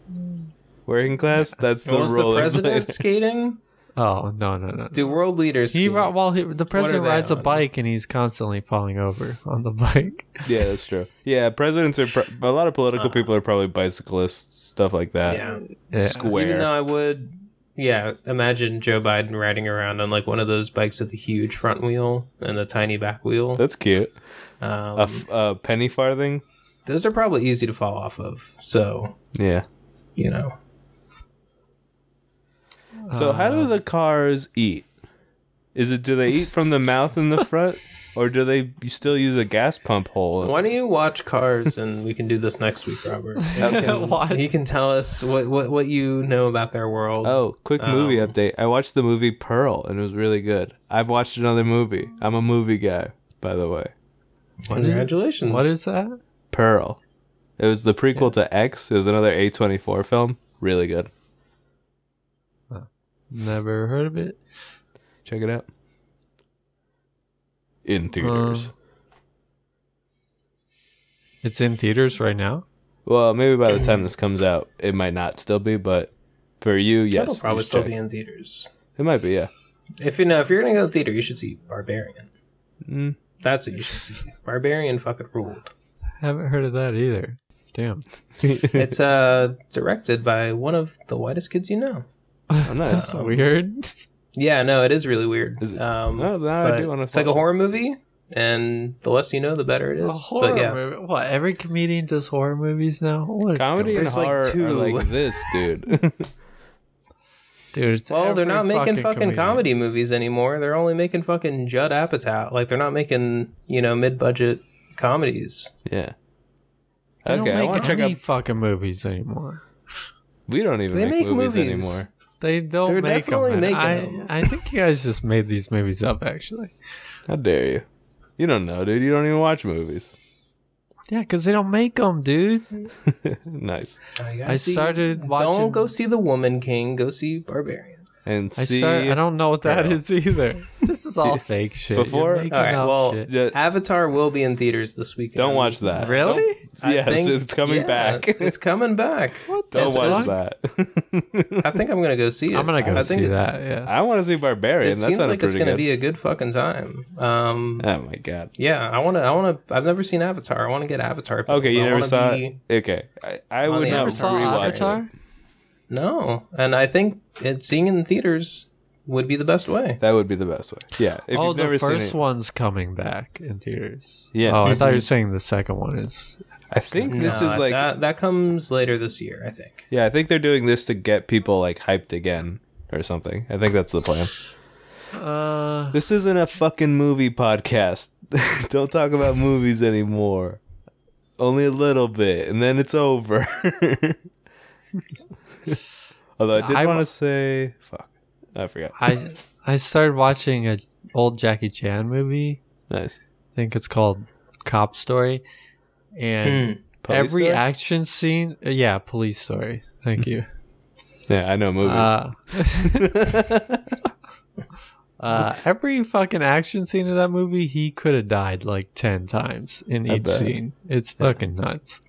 [SPEAKER 1] Working class? That's the
[SPEAKER 3] Was the
[SPEAKER 1] role.
[SPEAKER 3] president skating?
[SPEAKER 2] Oh no, no, no. no.
[SPEAKER 3] Do world leaders?
[SPEAKER 2] He
[SPEAKER 3] skate?
[SPEAKER 2] ri- well, he, the president
[SPEAKER 3] they
[SPEAKER 2] rides a
[SPEAKER 3] on?
[SPEAKER 2] bike and he's constantly falling over on the bike.
[SPEAKER 1] yeah, that's true. Yeah, presidents are. Pro- a lot of political people are probably bicyclists, stuff like that.
[SPEAKER 3] yeah.
[SPEAKER 2] Yeah.
[SPEAKER 1] Square.
[SPEAKER 3] Even though I would, yeah, imagine Joe Biden riding around on like one of those bikes with the huge front wheel and the tiny back wheel.
[SPEAKER 1] that's cute.
[SPEAKER 3] Um,
[SPEAKER 1] A, f- a penny farthing?
[SPEAKER 3] those are probably easy to fall off of. So
[SPEAKER 1] Yeah.
[SPEAKER 3] you know,
[SPEAKER 1] So, how do the cars eat? Is it do they eat from the mouth in the front, or do they still use a gas pump hole?
[SPEAKER 3] why don't you watch Cars and we can do this next week, Robert? And You can,
[SPEAKER 2] Watch.
[SPEAKER 3] you can tell us what, what what you know about their world.
[SPEAKER 1] Oh, quick movie update. I watched the movie Pearl, and it was really good. I've watched another movie. I'm a movie guy, by the way.
[SPEAKER 3] Congratulations!
[SPEAKER 2] What is that?
[SPEAKER 1] Pearl. It was the prequel to X. It was another A24 film. Really good.
[SPEAKER 2] Never heard of it.
[SPEAKER 1] Check it out. In theaters.
[SPEAKER 3] Uh.
[SPEAKER 2] It's in theaters right now.
[SPEAKER 1] well, maybe by the time this comes out, it might not still be, but for you, yes.
[SPEAKER 3] It'll
[SPEAKER 1] you
[SPEAKER 3] probably
[SPEAKER 1] should
[SPEAKER 3] still
[SPEAKER 1] check.
[SPEAKER 3] be in theaters.
[SPEAKER 1] It might be, yeah.
[SPEAKER 3] If you know, if you're gonna go to the theater, you should see Barbarian.
[SPEAKER 1] Mm.
[SPEAKER 3] That's what you should see. Barbarian fucking ruled.
[SPEAKER 2] Haven't heard of that either. Damn.
[SPEAKER 3] It's uh directed by one of the whitest kids you know.
[SPEAKER 1] Oh, nice.
[SPEAKER 2] That's weird.
[SPEAKER 3] Yeah, no, it is really weird.
[SPEAKER 1] Is it-
[SPEAKER 3] Um,
[SPEAKER 1] No, now I
[SPEAKER 3] but
[SPEAKER 1] do want to.
[SPEAKER 3] it's like a horror movie, and the less you know, the better it is.
[SPEAKER 2] A horror
[SPEAKER 3] but yeah,
[SPEAKER 2] movie. What? Every comedian does horror movies now. What is
[SPEAKER 1] Comedy and
[SPEAKER 2] going-
[SPEAKER 3] There's like
[SPEAKER 1] horror
[SPEAKER 3] two.
[SPEAKER 1] are like this, dude.
[SPEAKER 2] dude. It's
[SPEAKER 3] Well, they're
[SPEAKER 2] every
[SPEAKER 3] not making fucking
[SPEAKER 2] comedian.
[SPEAKER 3] comedy movies anymore. They're only making fucking Judd Apatow. Like they're not making you know mid budget comedies.
[SPEAKER 1] Yeah.
[SPEAKER 2] They
[SPEAKER 1] okay, I
[SPEAKER 2] don't
[SPEAKER 1] want
[SPEAKER 2] make
[SPEAKER 1] to check
[SPEAKER 2] any
[SPEAKER 1] out.
[SPEAKER 2] fucking movies anymore.
[SPEAKER 1] We don't even
[SPEAKER 3] They
[SPEAKER 1] make,
[SPEAKER 3] make
[SPEAKER 1] movies,
[SPEAKER 3] movies.
[SPEAKER 1] anymore.
[SPEAKER 2] They don't
[SPEAKER 3] They're
[SPEAKER 2] make
[SPEAKER 3] definitely
[SPEAKER 2] them. man.
[SPEAKER 3] making
[SPEAKER 2] I,
[SPEAKER 3] them.
[SPEAKER 2] I think you guys just made these movies up, actually.
[SPEAKER 1] How dare you? You don't know, dude. You don't even watch movies.
[SPEAKER 2] Yeah, because they don't make them, dude.
[SPEAKER 1] nice.
[SPEAKER 3] Oh,
[SPEAKER 2] I started watching.
[SPEAKER 3] Don't go see The Woman King. Go see Barbarian.
[SPEAKER 1] And
[SPEAKER 2] I
[SPEAKER 1] see,
[SPEAKER 2] start, I don't know what that
[SPEAKER 1] Girl.
[SPEAKER 2] is either. This is all fake shit. You're
[SPEAKER 1] Before-
[SPEAKER 2] making
[SPEAKER 3] All right.
[SPEAKER 2] up
[SPEAKER 3] Well,
[SPEAKER 2] shit.
[SPEAKER 1] ju-
[SPEAKER 3] Avatar will be in theaters this weekend.
[SPEAKER 1] don't watch that.
[SPEAKER 2] really?
[SPEAKER 1] Don't-
[SPEAKER 3] I
[SPEAKER 1] yes,
[SPEAKER 3] think-
[SPEAKER 1] it's coming
[SPEAKER 3] yeah,
[SPEAKER 1] back.
[SPEAKER 3] it's coming back.
[SPEAKER 2] What the
[SPEAKER 1] Don't watch
[SPEAKER 3] That's
[SPEAKER 2] fuck?
[SPEAKER 1] that.
[SPEAKER 3] I think I'm gonna go see it.
[SPEAKER 2] I'm gonna go
[SPEAKER 3] I think
[SPEAKER 2] see
[SPEAKER 3] it's-
[SPEAKER 2] that. Yeah.
[SPEAKER 1] I want to see Barbarian.
[SPEAKER 3] It
[SPEAKER 1] that
[SPEAKER 3] seems
[SPEAKER 1] sounded
[SPEAKER 3] like it's
[SPEAKER 1] pretty
[SPEAKER 3] gonna
[SPEAKER 1] good.
[SPEAKER 3] be a good fucking time. Um,
[SPEAKER 1] oh my god.
[SPEAKER 3] yeah, I wanna, I wanna. I've never seen Avatar. I wanna get Avatar.
[SPEAKER 1] Okay, you
[SPEAKER 3] I
[SPEAKER 1] never
[SPEAKER 3] wanna
[SPEAKER 1] saw.
[SPEAKER 3] be-
[SPEAKER 1] it? Okay, I, I
[SPEAKER 3] on
[SPEAKER 1] would
[SPEAKER 3] the
[SPEAKER 1] not
[SPEAKER 2] Never saw
[SPEAKER 1] rewatch it.
[SPEAKER 2] Avatar.
[SPEAKER 3] No, and I think it, seeing it in theaters would be the best way.
[SPEAKER 1] That would be the best way. Yeah. If
[SPEAKER 2] oh,
[SPEAKER 1] you've
[SPEAKER 2] the
[SPEAKER 1] never
[SPEAKER 2] first
[SPEAKER 1] seen it, Mm-hmm.
[SPEAKER 2] one's coming back in theaters.
[SPEAKER 1] Yes.
[SPEAKER 2] Oh, I thought you were saying the second one is.
[SPEAKER 1] I think this
[SPEAKER 3] No,
[SPEAKER 1] is like.
[SPEAKER 3] that, that comes later this year, I think.
[SPEAKER 1] Yeah, I think they're doing this to get people like hyped again or something. I think that's the plan.
[SPEAKER 2] Uh,
[SPEAKER 1] This isn't a fucking movie podcast. Don't talk about movies anymore. Only a little bit, and then it's over. Although I did
[SPEAKER 2] I-
[SPEAKER 1] want to say, fuck, I forgot.
[SPEAKER 2] I I started watching a old Jackie Chan movie.
[SPEAKER 1] Nice.
[SPEAKER 2] I think it's called Cop Story, and
[SPEAKER 1] Police
[SPEAKER 2] every
[SPEAKER 1] Story?
[SPEAKER 2] action scene. uh, Yeah, Police Story. Thank you.
[SPEAKER 1] Yeah, I know movies.
[SPEAKER 2] Uh, uh, every fucking action scene in that movie, he could have died like ten times in
[SPEAKER 1] I
[SPEAKER 2] each
[SPEAKER 1] bet.
[SPEAKER 2] scene. It's fucking nuts.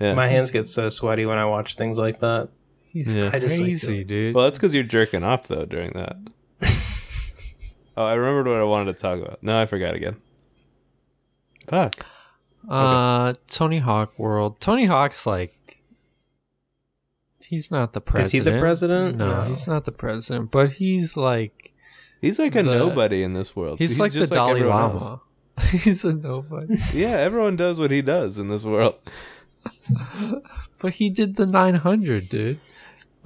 [SPEAKER 1] yeah.
[SPEAKER 3] My hands get so sweaty when I watch things like that.
[SPEAKER 2] He's
[SPEAKER 1] Yeah.
[SPEAKER 3] I just like
[SPEAKER 2] crazy, dude.
[SPEAKER 1] Well, that's because you're jerking off though during that. oh, I remembered what I wanted to talk about. No, I forgot again. Fuck.
[SPEAKER 2] Uh, Tony Hawk World. Tony Hawk's like, he's not the
[SPEAKER 3] Is he
[SPEAKER 2] president.
[SPEAKER 3] the president?
[SPEAKER 2] No,
[SPEAKER 3] No.
[SPEAKER 2] he's not the president. But he's like,
[SPEAKER 1] He's like a
[SPEAKER 2] The-
[SPEAKER 1] nobody in this world.
[SPEAKER 2] he's, like the
[SPEAKER 1] just
[SPEAKER 2] Dalai
[SPEAKER 1] everyone else.
[SPEAKER 2] Lama. he's a nobody.
[SPEAKER 1] Yeah, everyone does what he does in this world.
[SPEAKER 2] but he did the 900, dude.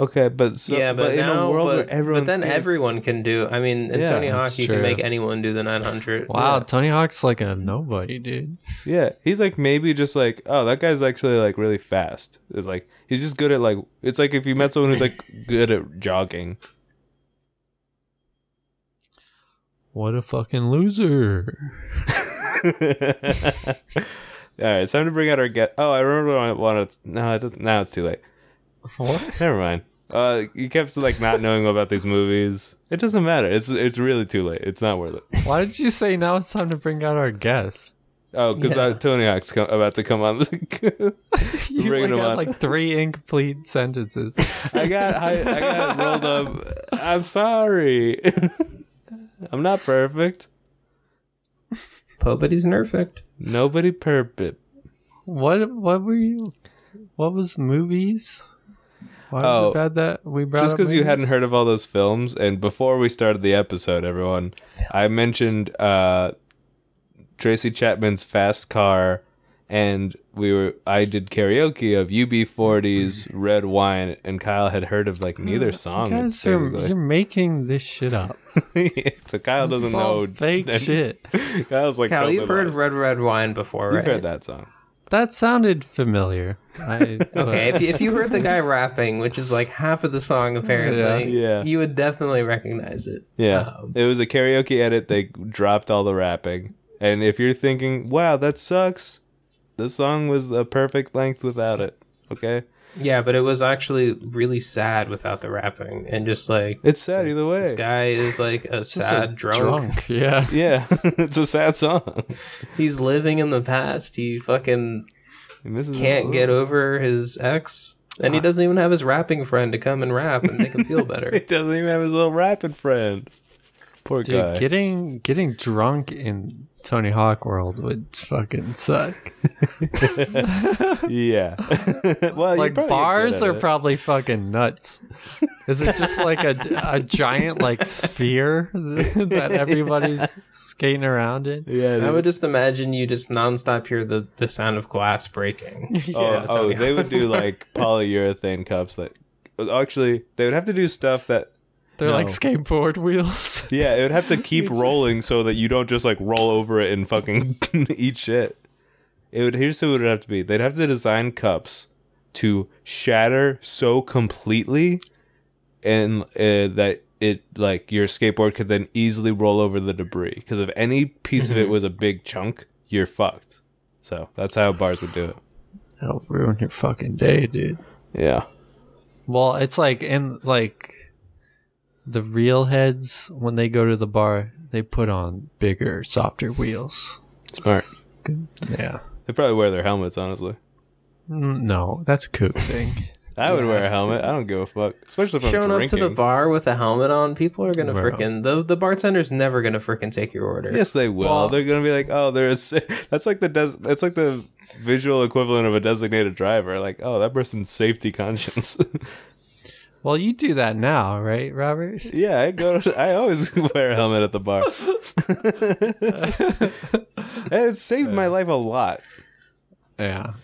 [SPEAKER 1] Okay, but so,
[SPEAKER 3] yeah, but,
[SPEAKER 1] in
[SPEAKER 3] now,
[SPEAKER 1] a world
[SPEAKER 3] but,
[SPEAKER 1] where everyone,
[SPEAKER 3] but then everyone can do. I mean, in
[SPEAKER 1] Yeah,
[SPEAKER 3] Tony Hawk,
[SPEAKER 2] that's
[SPEAKER 3] you can
[SPEAKER 2] true.
[SPEAKER 3] make anyone do the 900.
[SPEAKER 2] Wow,
[SPEAKER 3] Yeah.
[SPEAKER 2] Tony Hawk's like a nobody, dude.
[SPEAKER 1] yeah, he's like maybe just like, oh, that guy's actually like really fast. It's like he's just good at like, it's like if you met someone who's like good at jogging.
[SPEAKER 2] What a fucking loser.
[SPEAKER 1] All right, it's time to bring out our guest. Oh, I remember what I wanted. No, it doesn't, now it's too late.
[SPEAKER 2] What?
[SPEAKER 1] Never mind. Uh, you kept like not knowing about these movies. It doesn't matter. It's it's really too late. It's not worth it.
[SPEAKER 2] Why did you say now it's time to bring out our guest?
[SPEAKER 1] Oh, because
[SPEAKER 3] Yeah.
[SPEAKER 1] uh, Tony Hawk's co- about to come on. the-
[SPEAKER 2] You
[SPEAKER 1] Bring
[SPEAKER 2] like,
[SPEAKER 1] him
[SPEAKER 2] had
[SPEAKER 1] on.
[SPEAKER 2] like three incomplete sentences.
[SPEAKER 1] I got I, I got rolled up. I'm sorry. I'm not perfect.
[SPEAKER 3] Pobity's perfect.
[SPEAKER 1] Nobody perfect.
[SPEAKER 2] What what were you? What was movies? Why was
[SPEAKER 1] Oh,
[SPEAKER 2] it bad that we brought
[SPEAKER 1] Just
[SPEAKER 2] up
[SPEAKER 1] because you
[SPEAKER 2] movies?
[SPEAKER 1] hadn't heard of all those films, and before we started the episode, everyone, I mentioned uh, Tracy Chapman's Fast Car, and we were I did karaoke of UB40's Red Wine, and Kyle had heard of like neither
[SPEAKER 2] Hmm. You
[SPEAKER 1] song.
[SPEAKER 2] guys are
[SPEAKER 1] basically.
[SPEAKER 2] you're making this shit up.
[SPEAKER 1] so Kyle doesn't
[SPEAKER 2] It's all
[SPEAKER 1] know.
[SPEAKER 2] fake shit.
[SPEAKER 1] Kyle's like,
[SPEAKER 3] Cal,
[SPEAKER 1] totally
[SPEAKER 3] you've heard
[SPEAKER 1] lost.
[SPEAKER 3] Red Red Wine before, right?
[SPEAKER 1] you've heard that song.
[SPEAKER 2] That sounded familiar. I,
[SPEAKER 3] Okay, if you, if you heard the guy rapping, which is like half of the song apparently,
[SPEAKER 1] Yeah. Yeah.
[SPEAKER 3] you would definitely recognize it.
[SPEAKER 1] Yeah.
[SPEAKER 3] Um,
[SPEAKER 1] it was a karaoke edit. They dropped all the rapping. And if you're thinking, wow, that sucks, the song was the perfect length without it. Okay?
[SPEAKER 3] Yeah, but it was actually really sad without the rapping and just like
[SPEAKER 1] It's sad either
[SPEAKER 3] this
[SPEAKER 1] way.
[SPEAKER 3] guy is like a
[SPEAKER 2] Just
[SPEAKER 3] sad
[SPEAKER 2] a
[SPEAKER 3] drunk.
[SPEAKER 2] drunk. Yeah.
[SPEAKER 1] yeah. it's a sad song.
[SPEAKER 3] He's living in the past. He fucking
[SPEAKER 1] And this is
[SPEAKER 3] can't get over his ex. And
[SPEAKER 1] Uh-huh.
[SPEAKER 3] he doesn't even have his rapping friend to come and rap and make him feel better.
[SPEAKER 1] He doesn't even have his little rapping friend. Poor
[SPEAKER 2] Dude,
[SPEAKER 1] guy.
[SPEAKER 2] getting getting drunk in Tony Hawk World would fucking suck.
[SPEAKER 1] yeah. well, you probably
[SPEAKER 2] like
[SPEAKER 1] get
[SPEAKER 2] bars
[SPEAKER 1] good
[SPEAKER 2] are
[SPEAKER 1] at it.
[SPEAKER 2] probably fucking nuts. Is it just like a, a giant like sphere that everybody's skating around in?
[SPEAKER 1] Yeah.
[SPEAKER 3] I
[SPEAKER 1] dude.
[SPEAKER 3] would just imagine you just nonstop hear the, the sound of glass breaking.
[SPEAKER 1] Oh,
[SPEAKER 3] Yeah,
[SPEAKER 1] oh
[SPEAKER 3] Tony
[SPEAKER 1] they would do like polyurethane cups that actually they would have to do stuff that
[SPEAKER 2] They're like
[SPEAKER 1] No.
[SPEAKER 2] skateboard wheels.
[SPEAKER 1] yeah, it would have to keep rolling so that you don't just like roll over it and fucking eat shit. It would here's what it would have to be. They'd have to design cups to shatter so completely and uh, that it like your skateboard could then easily roll over the debris because if any piece of
[SPEAKER 3] Mm-hmm.
[SPEAKER 1] it was a big chunk, you're fucked. So, that's how bars would do it.
[SPEAKER 2] That'll ruin your fucking day, dude.
[SPEAKER 1] Yeah.
[SPEAKER 2] Well, it's like in like the real heads when they go to the bar, they put on bigger, softer wheels.
[SPEAKER 1] Smart.
[SPEAKER 2] Yeah.
[SPEAKER 1] They probably wear their helmets, honestly.
[SPEAKER 2] Mm, No, that's a kook thing.
[SPEAKER 1] I would wear a helmet. I don't give a fuck, especially if I'm
[SPEAKER 3] Showing up to
[SPEAKER 1] drinking.
[SPEAKER 3] the bar with a helmet on, people are gonna
[SPEAKER 2] Bro.
[SPEAKER 3] freaking the the bartender's never gonna freaking take your order.
[SPEAKER 1] Yes, they will.
[SPEAKER 2] Well-
[SPEAKER 1] They're gonna be like, oh, there's that's like the des- that's like the visual equivalent of a designated driver. Like, oh, that person's safety conscious.
[SPEAKER 2] well, you do that now, right, Robert?
[SPEAKER 1] yeah, I go. To, I always wear a helmet at the bar. and it saved my life a lot.
[SPEAKER 2] Yeah.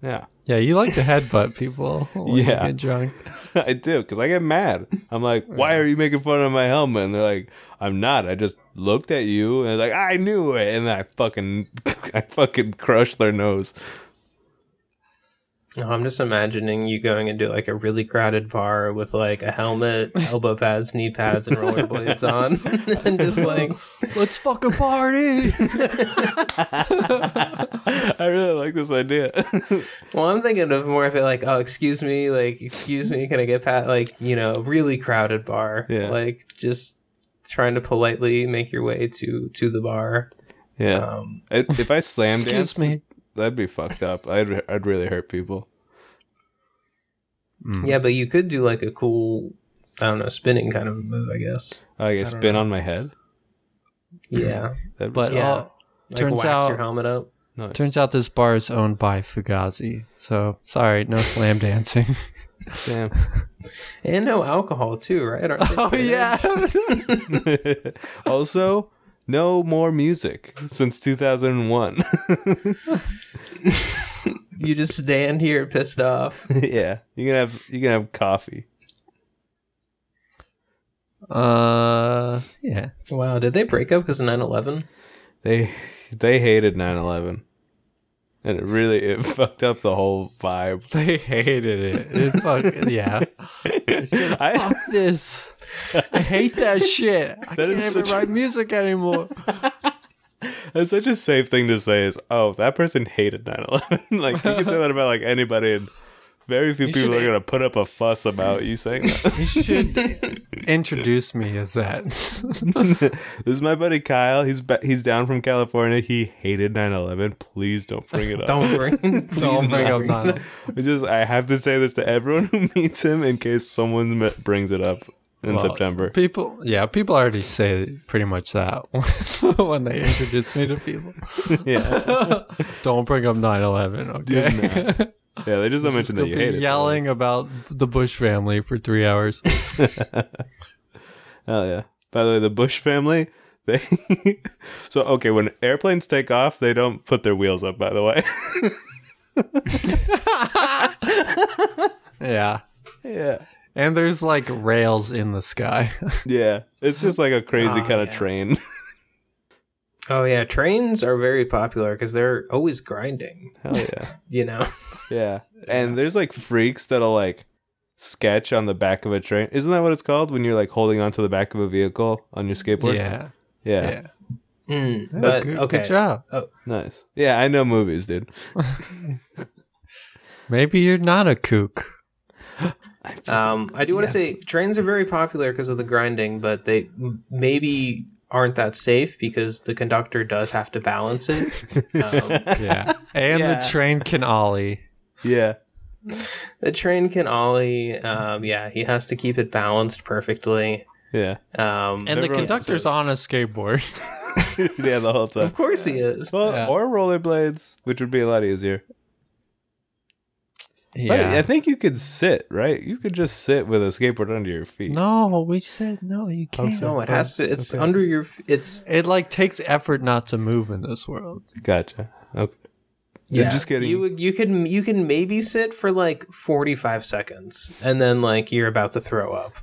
[SPEAKER 1] Yeah,
[SPEAKER 2] Yeah, you like to headbutt people when
[SPEAKER 1] Yeah.
[SPEAKER 2] you get drunk.
[SPEAKER 1] I do because I get mad. I'm like, why are you making fun of my helmet? And they're like, I'm not. I just looked at you and like I knew it, and then I fucking I fucking crushed their nose.
[SPEAKER 3] No, I'm just imagining you going into like a really crowded bar with like a helmet, elbow pads, knee pads, and rollerblades on, and just like
[SPEAKER 2] Let's fucking party.
[SPEAKER 1] I really like this idea.
[SPEAKER 3] Well, I'm thinking of more of it like, oh, excuse me, like, excuse me, can I get pat? Like, you know, a really crowded bar.
[SPEAKER 1] Yeah.
[SPEAKER 3] Like, just trying to politely make your way to to the bar.
[SPEAKER 1] yeah.
[SPEAKER 3] Um,
[SPEAKER 1] I- if I slam
[SPEAKER 2] Uh, Excuse
[SPEAKER 1] danced,
[SPEAKER 2] me.
[SPEAKER 1] that'd be fucked up. I'd I'd really hurt people. Mm-hmm.
[SPEAKER 3] yeah, but you could do like a cool, I don't know, spinning kind of a move, I guess.
[SPEAKER 1] I get spin on my head. Mm-hmm.
[SPEAKER 3] Yeah.
[SPEAKER 1] That'd
[SPEAKER 2] But
[SPEAKER 3] Yeah.
[SPEAKER 2] all,
[SPEAKER 3] Like,
[SPEAKER 2] Turns
[SPEAKER 3] wax
[SPEAKER 2] out-
[SPEAKER 3] your helmet up.
[SPEAKER 1] be nice.
[SPEAKER 2] turns out this bar is owned by Fugazi. So sorry, no slam dancing.
[SPEAKER 1] Damn.
[SPEAKER 3] And no alcohol, too, right? Aren't they
[SPEAKER 2] Oh,
[SPEAKER 3] free?
[SPEAKER 1] also, no more music since 2001.
[SPEAKER 3] You just stand here pissed off.
[SPEAKER 1] yeah, you can have you can have coffee.
[SPEAKER 2] Uh, yeah.
[SPEAKER 3] Wow. Did they break up because of 9 11?
[SPEAKER 1] They they hated 9/11, and it really it fucked up the whole vibe.
[SPEAKER 2] They hated it. It fuck yeah. I said,
[SPEAKER 1] I-
[SPEAKER 2] fuck this. I hate that shit. I
[SPEAKER 1] That
[SPEAKER 2] can't
[SPEAKER 1] is
[SPEAKER 2] even
[SPEAKER 1] such a-
[SPEAKER 2] write music anymore.
[SPEAKER 1] That's such a safe thing to say is, oh, that person hated 9 11. like, you can say that about like anybody, and very few people
[SPEAKER 2] should-
[SPEAKER 1] are going to put up a fuss about you saying that.
[SPEAKER 2] You should introduce me as that.
[SPEAKER 1] this is my buddy Kyle. He's ba- he's down from California. He hated 9 11. Please don't bring it up.
[SPEAKER 3] Don't bring,
[SPEAKER 2] Don't bring up
[SPEAKER 3] nine.
[SPEAKER 2] Nana.
[SPEAKER 1] I just, I have to say this to everyone who meets him in case someone m- brings it up in
[SPEAKER 2] Well,
[SPEAKER 1] September.
[SPEAKER 2] People, yeah, people already say pretty much that when they introduce me to people.
[SPEAKER 1] yeah.
[SPEAKER 2] Don't bring up 9/11, okay?
[SPEAKER 1] Yeah, they just don't mention that
[SPEAKER 2] They'll
[SPEAKER 1] you
[SPEAKER 2] be
[SPEAKER 1] hate it.
[SPEAKER 2] yelling about the Bush family for three hours.
[SPEAKER 1] Hell yeah. By the way, the Bush family, they. so, okay, when airplanes take off, they don't put their wheels up, by the way.
[SPEAKER 2] Yeah,
[SPEAKER 1] yeah.
[SPEAKER 2] and there's like rails in the sky.
[SPEAKER 1] Yeah. It's just like a crazy
[SPEAKER 3] Ah,
[SPEAKER 1] kind of
[SPEAKER 3] yeah.
[SPEAKER 1] train.
[SPEAKER 3] Oh yeah, trains are very popular because they're always grinding.
[SPEAKER 1] Hell yeah.
[SPEAKER 3] You know,
[SPEAKER 1] Yeah. And there's like freaks that'll like sketch on the back of a train. Isn't that what it's called when you're like holding onto the back of a vehicle on your skateboard?
[SPEAKER 2] yeah,
[SPEAKER 1] Yeah.
[SPEAKER 2] yeah.
[SPEAKER 3] Mm,
[SPEAKER 2] Yeah,
[SPEAKER 3] but
[SPEAKER 2] good,
[SPEAKER 3] okay,
[SPEAKER 2] good job.
[SPEAKER 1] Nice. Yeah, I know movies, dude.
[SPEAKER 2] Maybe you're not a kook.
[SPEAKER 3] um, I do want to say trains are very popular because of the grinding, but they m- maybe aren't that safe because the conductor does have to balance it. Um,
[SPEAKER 2] Yeah, and
[SPEAKER 3] Yeah.
[SPEAKER 2] the train can ollie.
[SPEAKER 1] Yeah.
[SPEAKER 3] the train can ollie. Um, yeah, he has to keep it balanced perfectly.
[SPEAKER 1] Yeah.
[SPEAKER 3] Um,
[SPEAKER 2] And the
[SPEAKER 1] Everyone-
[SPEAKER 2] conductor's on a skateboard.
[SPEAKER 1] yeah, the whole time.
[SPEAKER 3] of course he is.
[SPEAKER 1] Well,
[SPEAKER 2] Yeah.
[SPEAKER 1] or rollerblades, which would be a lot easier. But
[SPEAKER 2] yeah.
[SPEAKER 1] I think you could sit, right? You could just sit with a skateboard under your feet.
[SPEAKER 2] no, we said no. You can't.
[SPEAKER 3] No, it has to. It's under your. f- It's
[SPEAKER 2] It like takes effort not to move in this world.
[SPEAKER 1] Gotcha. Okay. I'm just kidding.
[SPEAKER 3] You would- you can you can maybe sit for like 45 seconds and then like you're about to throw up.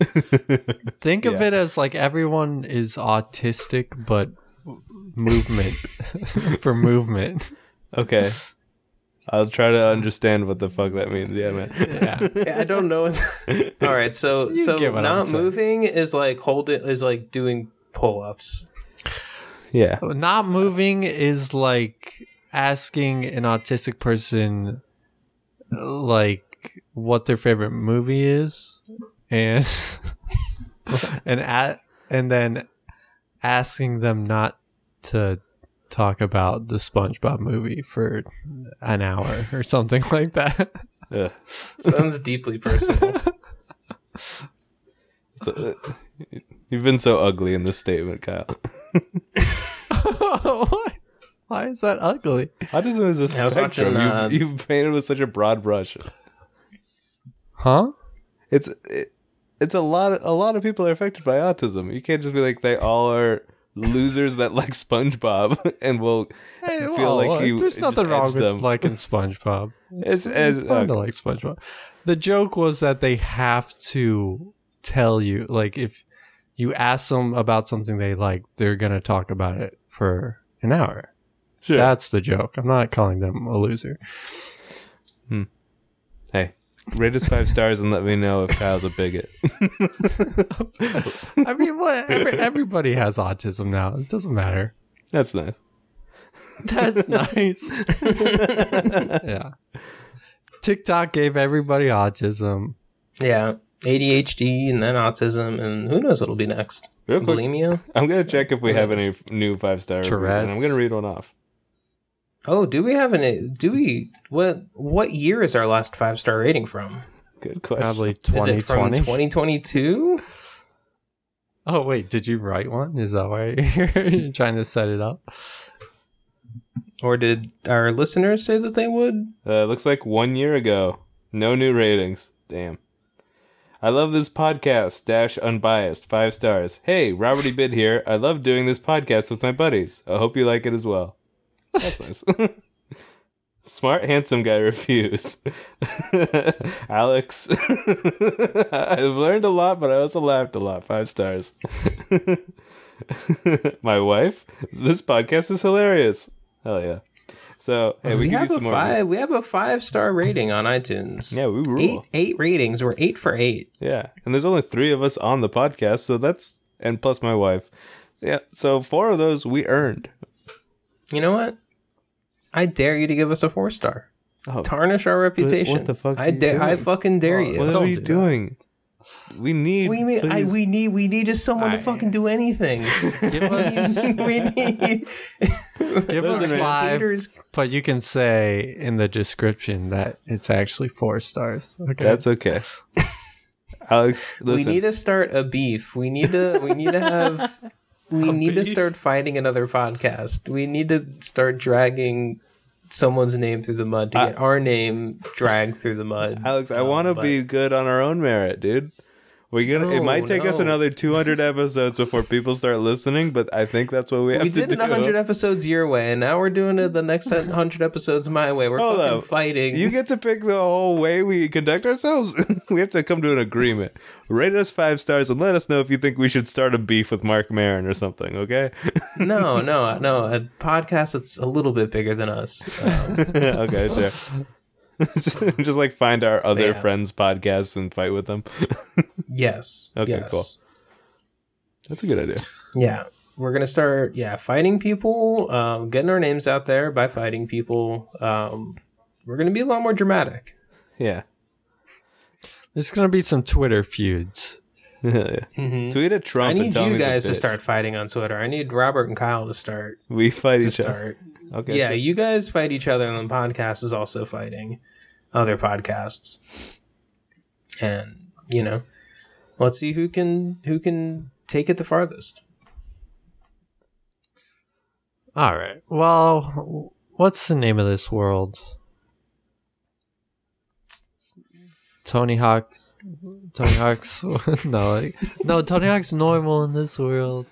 [SPEAKER 2] Think of
[SPEAKER 1] Yeah.
[SPEAKER 2] it as like everyone is autistic, but movement for movement.
[SPEAKER 1] okay. I'll try to understand what the fuck that means. Yeah, man.
[SPEAKER 2] Yeah.
[SPEAKER 3] Yeah, I don't know. All right, so
[SPEAKER 2] You
[SPEAKER 3] so
[SPEAKER 2] get what I'm
[SPEAKER 3] not
[SPEAKER 2] saying.
[SPEAKER 3] moving is like hold it is like doing pull-ups.
[SPEAKER 1] Yeah.
[SPEAKER 2] Not moving is like asking an autistic person, uh, like, what their favorite movie is, and and at and then asking them not to talk about the SpongeBob movie for an hour or something like that.
[SPEAKER 1] Ugh.
[SPEAKER 3] Sounds deeply personal.
[SPEAKER 1] So- uh, you've been so ugly in this statement, Kyle.
[SPEAKER 2] Why? Why is that ugly?
[SPEAKER 1] Autism is a
[SPEAKER 3] I was
[SPEAKER 1] spectrum.
[SPEAKER 3] watching, uh,
[SPEAKER 1] you've, you've painted with such a broad brush.
[SPEAKER 2] Huh?
[SPEAKER 1] It's it, it's a lot. A lot of people are affected by autism. You can't just be like they all are losers that like SpongeBob and will
[SPEAKER 2] Hey,
[SPEAKER 1] feel
[SPEAKER 2] well,
[SPEAKER 1] like you.
[SPEAKER 2] there's
[SPEAKER 1] just
[SPEAKER 2] nothing wrong
[SPEAKER 1] edge
[SPEAKER 2] with
[SPEAKER 1] them.
[SPEAKER 2] liking SpongeBob.
[SPEAKER 1] It's- it's- uh,
[SPEAKER 2] fun to
[SPEAKER 1] okay.
[SPEAKER 2] like SpongeBob. The joke was that they have to tell you, like, if you ask them about something they like, they're gonna talk about it for an hour.
[SPEAKER 1] Sure.
[SPEAKER 2] That's the joke. I'm not calling them a loser.
[SPEAKER 1] hey, rate us five stars and let me know if Kyle's a bigot.
[SPEAKER 2] I mean, what? Every, everybody has autism now. It doesn't matter.
[SPEAKER 1] That's nice.
[SPEAKER 2] That's nice. yeah. TikTok gave everybody autism.
[SPEAKER 3] yeah. ADHD and then autism and who knows what'll be next.
[SPEAKER 1] Real quick,
[SPEAKER 3] Bulimia?
[SPEAKER 1] I'm gonna check if we have any f- new five star reviews, and I'm
[SPEAKER 2] Tourette's.
[SPEAKER 1] gonna read one off.
[SPEAKER 3] Oh, do we have an do we what what year is our last five-star rating from?
[SPEAKER 1] Good question.
[SPEAKER 2] Probably
[SPEAKER 3] Is it from
[SPEAKER 2] 2020.
[SPEAKER 3] 2022?
[SPEAKER 2] Oh wait, did you write one? Is that why you're trying to set it up?
[SPEAKER 3] Or did our listeners say that they would?
[SPEAKER 1] Uh, looks like one year ago. No new ratings. Damn. I love this podcast. Dash unbiased. Five stars. Hey, Robert E. Bid here. I love doing this podcast with my buddies. I hope you like it as well. That's nice. Smart, handsome guy reviews. Alex. I've learned a lot, but I also laughed a lot. Five stars. my wife. This podcast is hilarious. Hell yeah. So, hey, we,
[SPEAKER 3] we
[SPEAKER 1] can
[SPEAKER 3] have
[SPEAKER 1] do
[SPEAKER 3] a
[SPEAKER 1] some more. of these.
[SPEAKER 3] five. We have a five-star rating on iTunes.
[SPEAKER 1] Yeah, we rule.
[SPEAKER 3] Eight eight ratings. We're eight for eight.
[SPEAKER 1] Yeah, and there's only three of us on the podcast, so that's and plus my wife. Yeah, so four of those we earned.
[SPEAKER 3] You know what? I dare you to give us a four star.
[SPEAKER 1] Oh,
[SPEAKER 3] Tarnish our reputation.
[SPEAKER 1] what the fuck are
[SPEAKER 3] I
[SPEAKER 1] you
[SPEAKER 3] dare. I
[SPEAKER 1] doing?
[SPEAKER 3] fucking dare you.
[SPEAKER 1] what
[SPEAKER 2] don't
[SPEAKER 1] are you
[SPEAKER 2] do that.
[SPEAKER 1] doing? We need.
[SPEAKER 3] we mean, I,
[SPEAKER 1] please.
[SPEAKER 3] we need we need just someone to fucking do anything.
[SPEAKER 2] Give us,
[SPEAKER 3] we need
[SPEAKER 2] give us
[SPEAKER 1] Listen, man.
[SPEAKER 2] five,
[SPEAKER 3] Peter's-
[SPEAKER 2] but you can say in the description that it's actually four stars. Okay,
[SPEAKER 1] That's okay. Alex,
[SPEAKER 3] We
[SPEAKER 1] listen.
[SPEAKER 3] need to start a beef. We need to we need to have we need to
[SPEAKER 2] beef.
[SPEAKER 3] start fighting another podcast. We need to start dragging someone's name through the mud to get our name dragged through the mud.
[SPEAKER 1] Alex, I want to
[SPEAKER 3] but-
[SPEAKER 1] be good on our own merit, dude. We're gonna. it
[SPEAKER 3] No,
[SPEAKER 1] might take us
[SPEAKER 3] no.
[SPEAKER 1] another 200 episodes before people start listening, but I think that's what we have
[SPEAKER 3] we
[SPEAKER 1] to
[SPEAKER 3] did
[SPEAKER 1] do.
[SPEAKER 3] it 100 episodes your way, and now we're doing it the next 100 episodes my way. We're
[SPEAKER 1] Hold
[SPEAKER 3] fucking
[SPEAKER 1] up.
[SPEAKER 3] fighting.
[SPEAKER 1] You get to pick the whole way we conduct ourselves. we have to come to an agreement. Rate us five stars and let us know if you think we should start a beef with Mark Marin or something, okay?
[SPEAKER 3] no, no, no. A podcast that's a little bit bigger than us. Um,
[SPEAKER 1] okay, sure. Just like find our other
[SPEAKER 3] Yeah.
[SPEAKER 1] friends' podcasts and fight with them.
[SPEAKER 3] yes.
[SPEAKER 1] Okay,
[SPEAKER 3] yes.
[SPEAKER 1] cool. That's a good idea.
[SPEAKER 3] Yeah. We're going to start, yeah, fighting people, um, getting our names out there by fighting people. Um, we're going to be a lot more dramatic.
[SPEAKER 1] Yeah.
[SPEAKER 2] there's gonna be some Twitter feuds.
[SPEAKER 1] yeah. Tweet at Trump
[SPEAKER 3] I
[SPEAKER 1] and
[SPEAKER 3] need
[SPEAKER 1] Mm-hmm. tell him
[SPEAKER 3] you
[SPEAKER 1] he's a
[SPEAKER 3] guys to
[SPEAKER 1] bitch.
[SPEAKER 3] start fighting on Twitter. I need Robert and Kyle to start.
[SPEAKER 1] We fight
[SPEAKER 3] To
[SPEAKER 1] each other.
[SPEAKER 3] start.
[SPEAKER 1] Okay.
[SPEAKER 3] Yeah, you guys fight each other, and the podcast is also fighting other podcasts. And you know, let's see who can who can take it the farthest.
[SPEAKER 2] All right. Well, what's the name of this world? Tony Hawk. Tony Hawk's no, like, no. Tony Hawk's normal in this world.